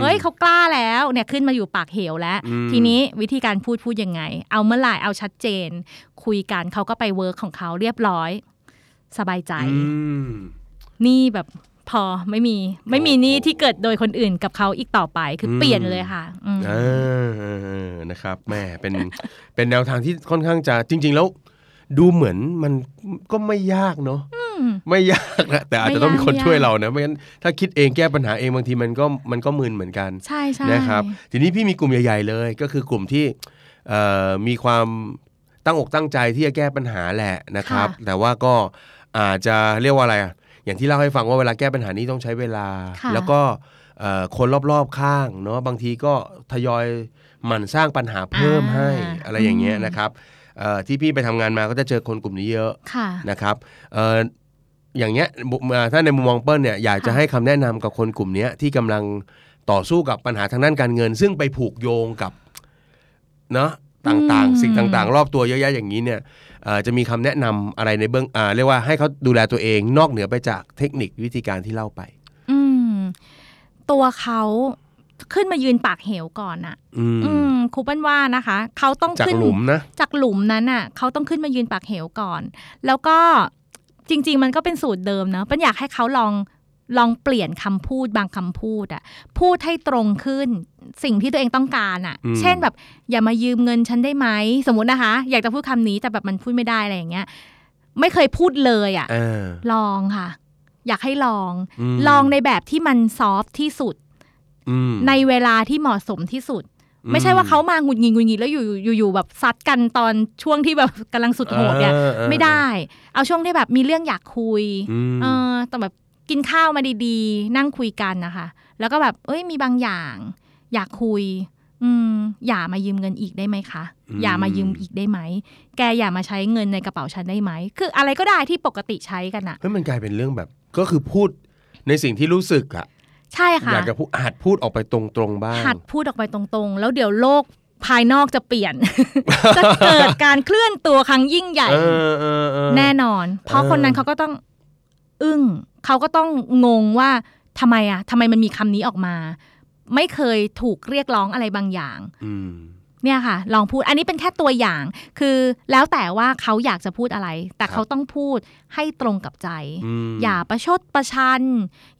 S2: เอ้ยเขากล้าแล้วเนี่ยขึ้นมาอยู่ปากเหวแล้ว
S1: อืม
S2: ทีนี้วิธีการพูดพูดยังไง เอาเมื่อไหร่เอาชัดเจน คุยกันเขาก็ไปเวิร์กของเขาเรียบร้อย สบายใจ
S1: อืม
S2: หนี่แบบพอไม่มี ไม่มีหนี่ที่เกิดโดยคนอื่นกับเขาอีกต่อไปคืออ
S1: ม
S2: เปลี่ยนเลยค่ะอืม
S1: อ่าเออเออนะครับแหม่เป็น เป็นแนวทางที่ค่อนข้างจะจริง ๆ แล้ว ดูเหมือนมันก็ไม่ยากเนาะ
S2: ม
S1: ไม่ยากนะแต่อาจจะต้องมีคน
S2: ไม่ยาก
S1: ช่วยเรานะไม่งั้นถ้าคิดเองแก้ปัญหาเองบางทีมันก็มันก็มึนเหมือนกัน
S2: ใช่ใช่
S1: นะครับทีนี้พี่มีกลุ่มใหญ่ ๆ เลยก็คือกลุ่มที่เอ่อมีความตั้งอกตั้งใจที่จะแก้ปัญหาแหละนะครับ แต่ว่าก็อาจจะเรียกว่าอะไรอะอย่างที่เล่าให้ฟังว่าเวลาแก้ปัญหานี้ต้องใช้เวลา
S2: ค่ะ
S1: แล้วก็เอ่อคนรอบๆข้างเนาะบางทีก็ทยอยหมั่นสร้างปัญหาเพิ่มให้
S2: อ่า
S1: อะไรอย่างเงี้ยนะครับเอ่อที่พี่ไปทำงานมาก็จะเจอคนกลุ่มนี้เยอะ
S2: ค่ะ
S1: นะครับเอ่ออย่างเงี้ยบุเอ่อถ้าในมุมมองเปิ้ลเนี่ยอยากจะ
S2: ค่ะ
S1: ให้คำแนะนำกับคนกลุ่มเนี้ยที่กำลังต่อสู้กับปัญหาทางด้านการเงิน ซึ่งไปผูกโยงกับเนาะต่างๆ สิ่งต่างๆ รอบตัวเยอะแยะอย่างนี้เนี่ยเอ่อจะมีคำแนะนำอะไรในเบื้องอ่าเรียกว่าให้เขาดูแลตัวเองนอกเหนือไปจากเทคนิควิธีการที่เล่าไป
S2: อืม ตัวเขาขึ้นมายืนปากเหวก่อนอะ
S1: อืม
S2: อืมครูเปิ้ลว่านะคะ เขาต้อง
S1: จาก
S2: ขึ้น
S1: หลุมนะ
S2: จากหลุมนั้นน่ะเขาต้องขึ้นมายืนปากเหวก่อน แล้วก็จริง ๆ มันก็เป็นสูตรเดิมเนอะปัญอยากให้เขาลองลองเปลี่ยนคำพูดบางคำพูดอะพูดให้ตรงขึ้นสิ่งที่ตัวเองต้องการอะ
S1: อืม
S2: เช่นแบบอย่ามายืมเงินฉันได้ไหมสมมตินะคะ อยากจะพูดคำนี้แต่แบบมันพูดไม่ได้อะไรอย่างเงี้ย ไม่เคยพูดเลยอะ
S1: อ่า
S2: ลองค่ะ อยากให้ลอง
S1: ม
S2: ลองในแบบที่มันซอฟที่สุด
S1: อืม
S2: ในเวลาที่เหมาะสมที่สุด ไม่ใช่ว่าเขามาหงุดหงิดหงุดหงิดแล้วอยู่อยู่อยู่แบบซัดกันตอนช่วงที่แบบ กำลังสุดโหดเนี่ย
S1: อ่าอ่า
S2: ไม่ได้ เอาช่วงที่แบบมีเรื่องอยากคุย
S1: อืม
S2: เออแต่แบบกินข้าวมาดีๆ นั่งคุยกันนะคะ แล้วก็แบบเอ้ยมีบางอย่าง อยากคุย อืมอย่ามายืมเงินอีกได้ไหมคะ อย่ามายืมอีกได้ไหม แกอย่ามาใช้เงินในกระเป๋าฉันได้ไหม คืออะไรก็ได้ที่ปกติใช้กันอะ
S1: เฮ้ยมันกลายเป็นเรื่องแบบ ก็คือพูดในสิ่งที่รู้สึกอะ
S2: ใช่ค่ะ
S1: อยากจะพูดหัดพูดออกไปตรงๆบ้าง
S2: หัดพูดออกไปตรงๆ แล้วเดี๋ยวโลกภายนอกจะเปลี่ยน *laughs* จะเกิดการเคลื่อนตัวครั้งยิ่งใหญ่
S1: เออเออเออ
S2: แน่นอน เพราะ
S1: เออ
S2: คนนั้นเขาก็ต้องอึ้งเขาก็ต้องงงว่าทำไมอะทำไมมันมีคำนี้ออกมา ไม่เคยถูกเรียกร้องอะไรบางอย่าง
S1: อืม
S2: เนี่ยค่ะ ลองพูดอันนี้เป็นแค่ตัวอย่าง คือแล้วแต่ว่าเขาอยากจะพูดอะไร แต่เขาต้องพูดให้ตรงกับใจ
S1: ม
S2: อย่าประชดประชัน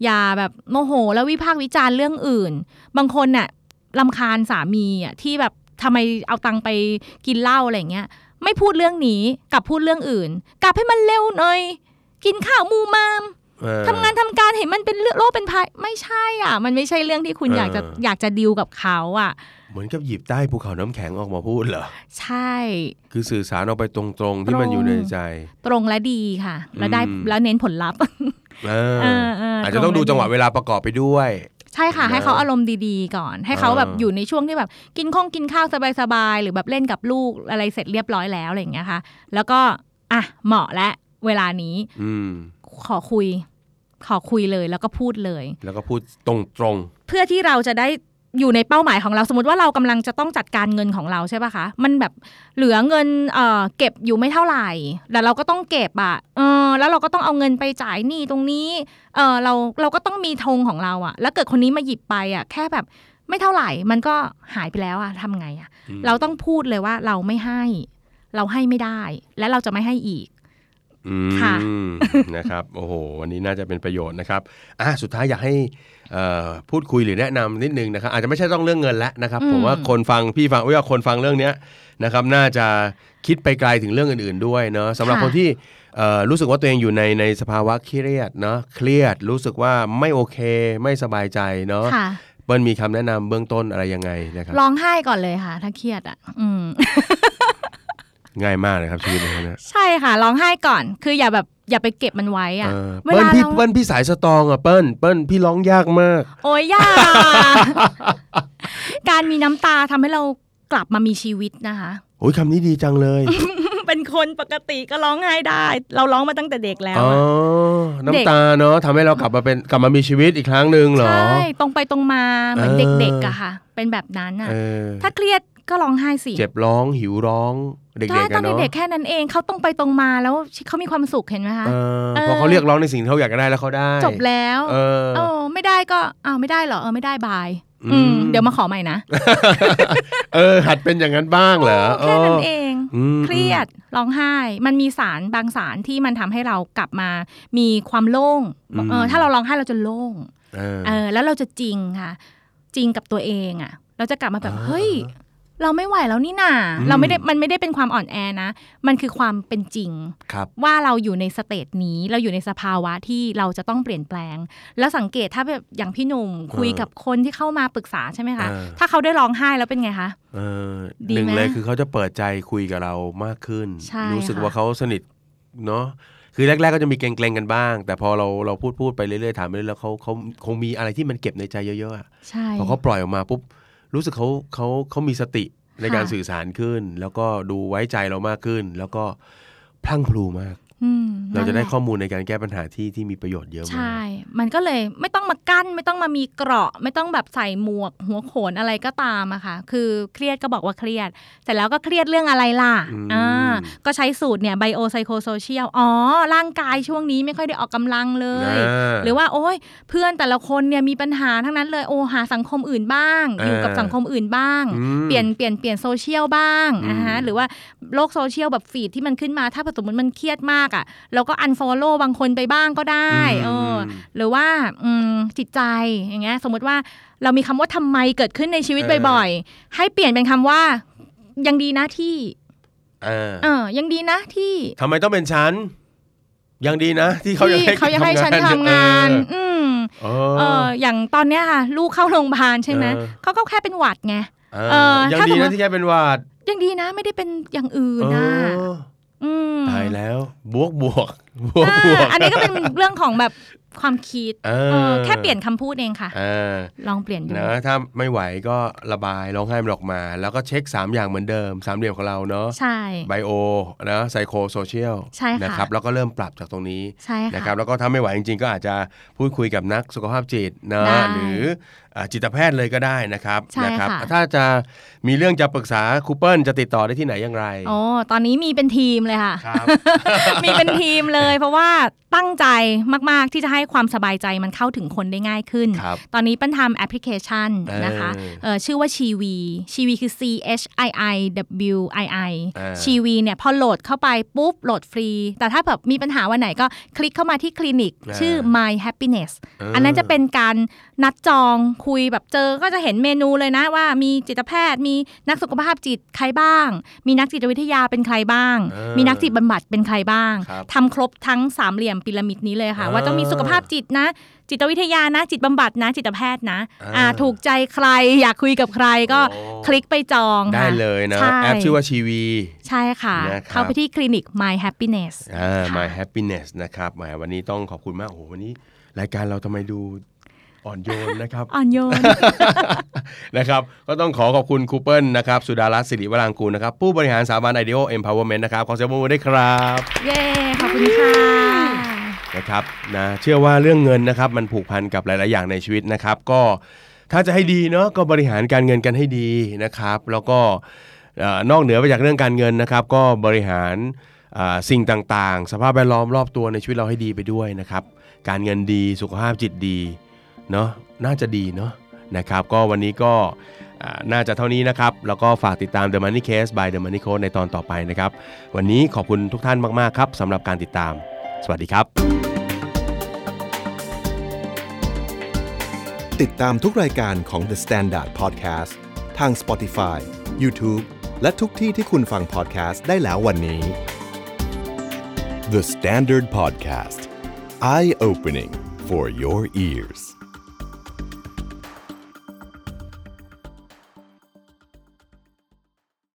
S2: อย่าแบบโมโหแล้ววิพากษ์วิจารณ์เรื่องอื่น บางคนน่ะลำคาญสามีอ่ะที่แบบทำไมเอาตังค์ไปกินเหล้าอะไรอย่างเงี้ย ไม่พูดเรื่องนี้กลับพูดเรื่องอื่น กลับให้มันเร็วหน่อย กินข้าวมูมาม
S1: เออ
S2: ทำงานทำการเห็นมันเป็นเรื่องโลกเป็นภัยไม่ใช่อ่ะ มันไม่ใช่เรื่องที่คุณ
S1: เออ
S2: อ
S1: อ
S2: ยากจะอยากจะดีลกับเขาอ่ะ
S1: เหมือนกับหยิบใต้ภูเขาน้ำแข็งออกมาพูดเหรอ
S2: ใช่
S1: คือสื่อสารออกไปตรงๆ ที่มัน
S2: ตรง
S1: อยู่ในใจ
S2: ตรงและดีค่ะ แล้วได้
S1: อืม
S2: แล้วเน้นผลลัพธ์
S1: เออ
S2: เออเอออ
S1: อาจจะต้องดู
S2: ตรงและ
S1: จังหวะเวลาประกอบไปด้วย
S2: ใช่ค่ะ
S1: นะ
S2: ให้เขาอารมณ์ดีๆก่อน ให้เขาแบบ
S1: อ่า
S2: อยู่ในช่วงที่แบบ กินข้องกินข้าวสบายๆหรือแบบเล่นกับลูกอะไรเสร็จเรียบร้อยแล้วอะไรอย่างเงี้ยค่ะ แล้วก็อ่ะเหมาะและเวลานี้
S1: อืม
S2: ขอคุย ขอคุยเลยแล้วก็พูดเลย
S1: แล้วก็พูดตรง
S2: เพื่อที่เราจะได้อยู่ในเป้าหมายของเราสมมติว่าเรากำลังจะต้องจัดการเงินของเราใช่ปะคะ มันแบบเหลือเงินเอ่อเก็บอยู่ไม่เท่าไหร่แต่เราก็ต้องเก็บอะเออแล้วเราก็ต้องเอาเงินไปจ่ายหนี้ตรงนี้เออเราเราก็ต้องมีธงของเราอะแล้วเกิดคนนี้มาหยิบไปอะแค่แบบไม่เท่าไหร่ มันก็หายไปแล้วอะทำไงอะ
S1: ๆอืม
S2: เราต้องพูดเลยว่าเราไม่ให้ เราให้ไม่ได้ และเราจะไม่ให้อีก
S1: อืม *laughs*
S2: ค่ะ
S1: นะครับโอ้โหวันนี้น่าจะเป็นประโยชน์นะครับอ่ะสุดท้ายอยากให้เอ่อพูดคุยหรือแนะนำนิดนึงนะครับอาจจะไม่ใช่ต้องเรื่องเงินแล้วนะครับผมว่าคนฟังพี่ฟังเอ้ยว่าคนฟังเรื่องเนี้ยนะครับน่าจะคิดไปไกลถึงเรื่องอื่น ๆด้วยเนาะสำหรับ
S2: ค่ะ
S1: คนที่เอ่อรู้สึกว่าตัวเองอยู่ในในสภาวะเครียดเนาะเครียดรู้สึกว่าไม่โอเคไม่สบายใจเนาะ
S2: ค่ะ
S1: เปิ้ลมีคำแนะนำเบื้องต้นอะไรยังไงนะครับ
S2: ร้องไห้ก่อนเลยค่ะ ถ้าเครียดอ่ะ อืม
S1: ง่ายมากเลยครับชีวิตนะครับเนี่ย
S2: ใช่ค่ะร้องไห้ก่อน คืออย่าแบบอย่าไปเก็บมันไว้อ่ะ
S1: เออ
S2: เว
S1: เปิ้ล
S2: ลา
S1: พี่
S2: เรา
S1: เปิ้ลพี่สายสตรองอ่ะเปิ้ลเปิ้ลพี่ร้องยากมาก
S2: โอ้ยอยา การมีน้ำตาทำให้เรากลับมามีชีวิตนะคะ
S1: โอ้ยคำนี้ดีจังเลย
S2: เป็นคนปกติก็ร้องไห้ได้ เราร้องมาตั้งแต่เด็กแล้ว
S1: อ๋อ
S2: อะ เด็ก
S1: น้ำตาเนาะทำให้เรากลับมาเป็นกลับมามีชีวิตอีกครั้งหนึ่งเหรอ
S2: ใช่ตรงไปตรงมาเหมือน
S1: เออ
S2: เด็กๆอะค่ะ เป็นแบบนั้นอะ
S1: เออ
S2: ถ้าเครียดก็ร้องไห้สิ
S1: เจ็บร้องหิวร้องเด็กๆ
S2: ใช่ตอ
S1: กัน
S2: น
S1: เนาะ
S2: เด็กๆแค่นั้นเองเขาตรงไปตรงมาแล้วเขามีความสุขเห็นไหมคะ
S1: เออ
S2: เออ
S1: พอเขาเรียกร้องในสิ่งที่เขาอยากจะได้แล้วเขาได้
S2: จบแล้ว
S1: เออ
S2: เออไม่ได้ก็อ้าวไม่ได้เหรอเออไม่ได้บาย
S1: อืม
S2: อืมเดี๋ยวมาขอใหม่นะ
S1: เออ หัดเป็นอย่างนั้นบ้างเหรอ
S2: แค่นั้นเอง
S1: อืม
S2: เครียดร้องไห้ มันมีสารบางสารที่มันทำให้เรากลับมามีความโล่งเออถ้าเราร้องไห้เราจะโล่ง
S1: เออ
S2: เออแล้วเราจะจริงค่ะ จริงกับตัวเองอ่ะ เราจะกลับมาแบบ
S1: อ่า
S2: เฮ้ย เราไม่ไหวแล้วนี่นา
S1: อืม
S2: เราไม่ได้มันไม่ได้เป็นความอ่อนแอนะ มันคือความเป็นจริง
S1: ครับ
S2: ว่าเราอยู่ในสเตจนี้เราอยู่ในสภาวะที่เราจะต้องเปลี่ยนแปลง แล้วสังเกตถ้าแบบอย่างพี่หนุ่มคุยกับคนที่เข้ามาปรึกษาใช่ไหมคะ
S1: เออ
S2: ถ้าเขาได้ร้องไห้แล้วเป็นไงคะ
S1: เออ
S2: ดี
S1: หนึ่ง
S2: ไหม
S1: เลยคือเขาจะเปิดใจคุยกับเรามากขึ้น
S2: ใช่
S1: รู้สึก
S2: ค่ะ
S1: ว่าเขาสนิทเนาะคือแรกๆก็จะมีเกรงๆกันบ้าง แต่พอเราเราพูดพูดๆไปเรื่อยๆถามไปเรื่อยๆแล้วเขาเขาคงมีอะไรที่มันเก็บในใจเยอะๆอะ
S2: ใช่
S1: พอเขาปล่อยออกมาปุ๊บรู้สึกเขาเขาเขามีสติในการสื่อสารขึ้น แล้วก็ดูไว้ใจเรามากขึ้น แล้วก็พลั่งพลูมาก
S2: อืม
S1: เราจะได้
S2: นั่นแหล
S1: ข้อมูลในการแก้ปัญหาที่ที่มีประโยชน์เยอะมาก
S2: ใช่ มันก็เลยไม่ต้องมากั้นไม่ต้องมามีเกราะ ไม่ต้องแบบใส่หมวก หัวโขนอะไรก็ตามอะค่ะ คือเครียดก็บอกว่าเครียด เสร็จแล้วก็เครียดเรื่องอะไรล่ะอ่าก็ใช้สูตรเนี่ยไบโอไซโคโซเชียลอ๋อ ร่างกายช่วงนี้ไม่ค่อยได้ออกกำลังเลย
S1: า
S2: หรือว่าโอ้ยเพื่อนแต่ละคนเนี่ยมีปัญหาทั้งนั้นเลยโอหาสังคมอื่นบ้าง อยู่กับ
S1: เออ
S2: สังคมอื่นบ้าง
S1: อืม
S2: เปลี่ยนเปลี่ยนเปลี่ยนโซเชียลบ้าง
S1: อืม
S2: นะฮะหรือว่าโลกโซเชียลแบบฟีดที่มันขึ้นมาถ้าสมมติมันเครียดมากอะ่ะเราก็อันฟอลโล่บางคนไปบ้างก็ได้เอออหรือว่าอืมจิตใจอย่างเงี้ยสมมติว่าเรามีคำว่าทำไมเกิดขึ้นในชีวิตบ่อยๆ ให้เปลี่ยนเป็นคำว่ายังดีนะที่
S1: อ่า
S2: เออยังดีนะที่
S1: ทำไมต้องเป็นฉันยังดีนะ ที่เขายังให้
S2: ที่เขายังให้ฉันทำงาน อืม
S1: เอ
S2: เอ
S1: อ
S2: ออย่างตอนเนี้ยค่ะ ลูกเข้าโรงพยาบาลใช่ไหม
S1: เออ
S2: เขาก็แค่เป็นหวัดไง
S1: เอ
S2: เอ
S1: อ
S2: อ
S1: ยัง
S2: ถ้า
S1: ดี
S2: สมมุติ
S1: นะที่แกเป็นหวาด
S2: ยังดีนะไม่ได้เป็นอย่างอื่น
S1: เอ
S2: นะ
S1: อ
S2: อืม
S1: ตายแล้ว บวกบวก *laughs* บวก
S2: อ่า
S1: บวก
S2: อันนี้ก็เป็นเรื่องของแบบความคิด
S1: เอ
S2: เอ
S1: อ
S2: อแค่เปลี่ยนคำพูดเองค่ะ
S1: เออ
S2: ลองเปลี่ยนดู
S1: นะถ้าไม่ไหวก็ระบายร้องไห้มันออกมา แล้วก็เช็ค 3 อย่างเหมือนเดิมสามเหลี่ยมของเราเนาะ
S2: ใช่
S1: ไบโอนะไซโคโซเชียล
S2: ใช่ค่ะ
S1: นะครับแล้วก็เริ่มปรับจากตรงนี้
S2: ใช่ค่ะ
S1: นะครับแล้วก็ถ้าไม่ไหวจริงๆ ก็อาจจะพูดคุยกับนักสุขภาพจิตนะ
S2: ได้
S1: หรืออ่าจิตแพทย์เลยก็ได้นะครับ
S2: ใช่
S1: นะครั
S2: ค่ะ
S1: ถ้าจะมีเรื่องจะปรึกษาครูเปิลจะติดต่อได้ที่ไหนอย่างไร
S2: โอ้ตอนนี้มีเป็นทีมเลยค่ะ
S1: ครับ
S2: มีเป็นทีมเลย เพราะว่าตั้งใจมากๆที่จะให้ความสบายใจมันเข้าถึงคนได้ง่ายขึ้น
S1: ครับ
S2: ตอนนี้ปั้นทำแอปพลิเคชันนะคะ
S1: เออ
S2: เอ่อชื่อว่าชีวีชีวีคือ C H I I W I I
S1: เออ
S2: ชีวีเนี่ยพอโหลดเข้าไปปุ๊บโหลดฟรี แต่ถ้าแบบมีปัญหาวันไหนก็คลิกเข้ามาที่คลินิก
S1: เออ
S2: ชื่อ My Happiness อันนั้นจะเป็นการนัดจองคุยแบบเจอก็จะเห็นเมนูเลยนะว่ามีจิตแพทย์ มีนักสุขภาพจิตใครบ้าง มีนักจิตวิทยาเป็นใครบ้าง
S1: เออ
S2: มีนักจิตบำบัดเป็นใครบ้าง
S1: ครับ
S2: ทำครบทั้งสามเหลี่ยมพีระมิดนี้เลยค่ะ
S1: เออ
S2: ว่าต้องมีสุขภาพจิตนะ จิตวิทยานะ จิตบำบัดนะ จิตแพทย์นะ
S1: เอออ่
S2: ่าถูกใจใครอยากคุยกับใครก็
S1: โอ้
S2: คลิกไปจอง
S1: ได้
S2: ค่ะ
S1: เลยนะ
S2: ใช่
S1: แอปชื่อว่าชีวี
S2: ใช่ค่ะ
S1: นะครับ
S2: เข้าไปที่คลินิก My
S1: *laughs*
S2: Happiness
S1: อ่า
S2: ค่ะ
S1: my happiness นะครับแหมวันนี้ต้องขอบคุณมากโอ้โหวันนี้ รายการเราทำไมดูอ่อนโยนนะครับ
S2: *laughs* อ่อนโย
S1: *laughs*
S2: น
S1: นะครับ ก็ต้องขอขอบคุณครูเปิลนะครับ สุดารัตน์สิริวรางกูลนะครับ ผู้บริหารสถาบัน IDEO Empowerment นะครับ ขอเสียงปรบมือด้วยครับ
S2: เย้ขอบคุณค่ะ
S1: นะครับนะเชื่อว่าเรื่องเงินนะครับ มันผูกพันกับหลาย ๆ อย่างในชีวิตนะครับ ก็ถ้าจะให้ดีเนาะก็บริหารการเงินกันให้ดีนะครับ แล้วก็เอ่อนอกเหนือไปจากเรื่องการเงินนะครับ ก็บริหารอ่าสิ่งต่าง ๆ สภาพแวดล้อมรอบตัวในชีวิตเราให้ดีไปด้วยนะครับ การเงินดีสุขภาพจิตดี เนาะน่าจะดีเนาะนะครับก็วันนี้ก็อ่าน่าจะเท่านี้นะครับ แล้วก็ฝากติดตาม The Money Case by The Money Code ในตอนต่อไปนะครับ วันนี้ขอบคุณทุกท่านมาก ๆ ครับสำหรับการติดตาม สวัสดีครับ
S4: ติดตามทุกรายการของ The Standard Podcast ทาง Spotify, YouTube และทุกที่ที่คุณฟัง podcast ได้แล้ววันนี้ The Standard Podcast Eye Opening for Your Ears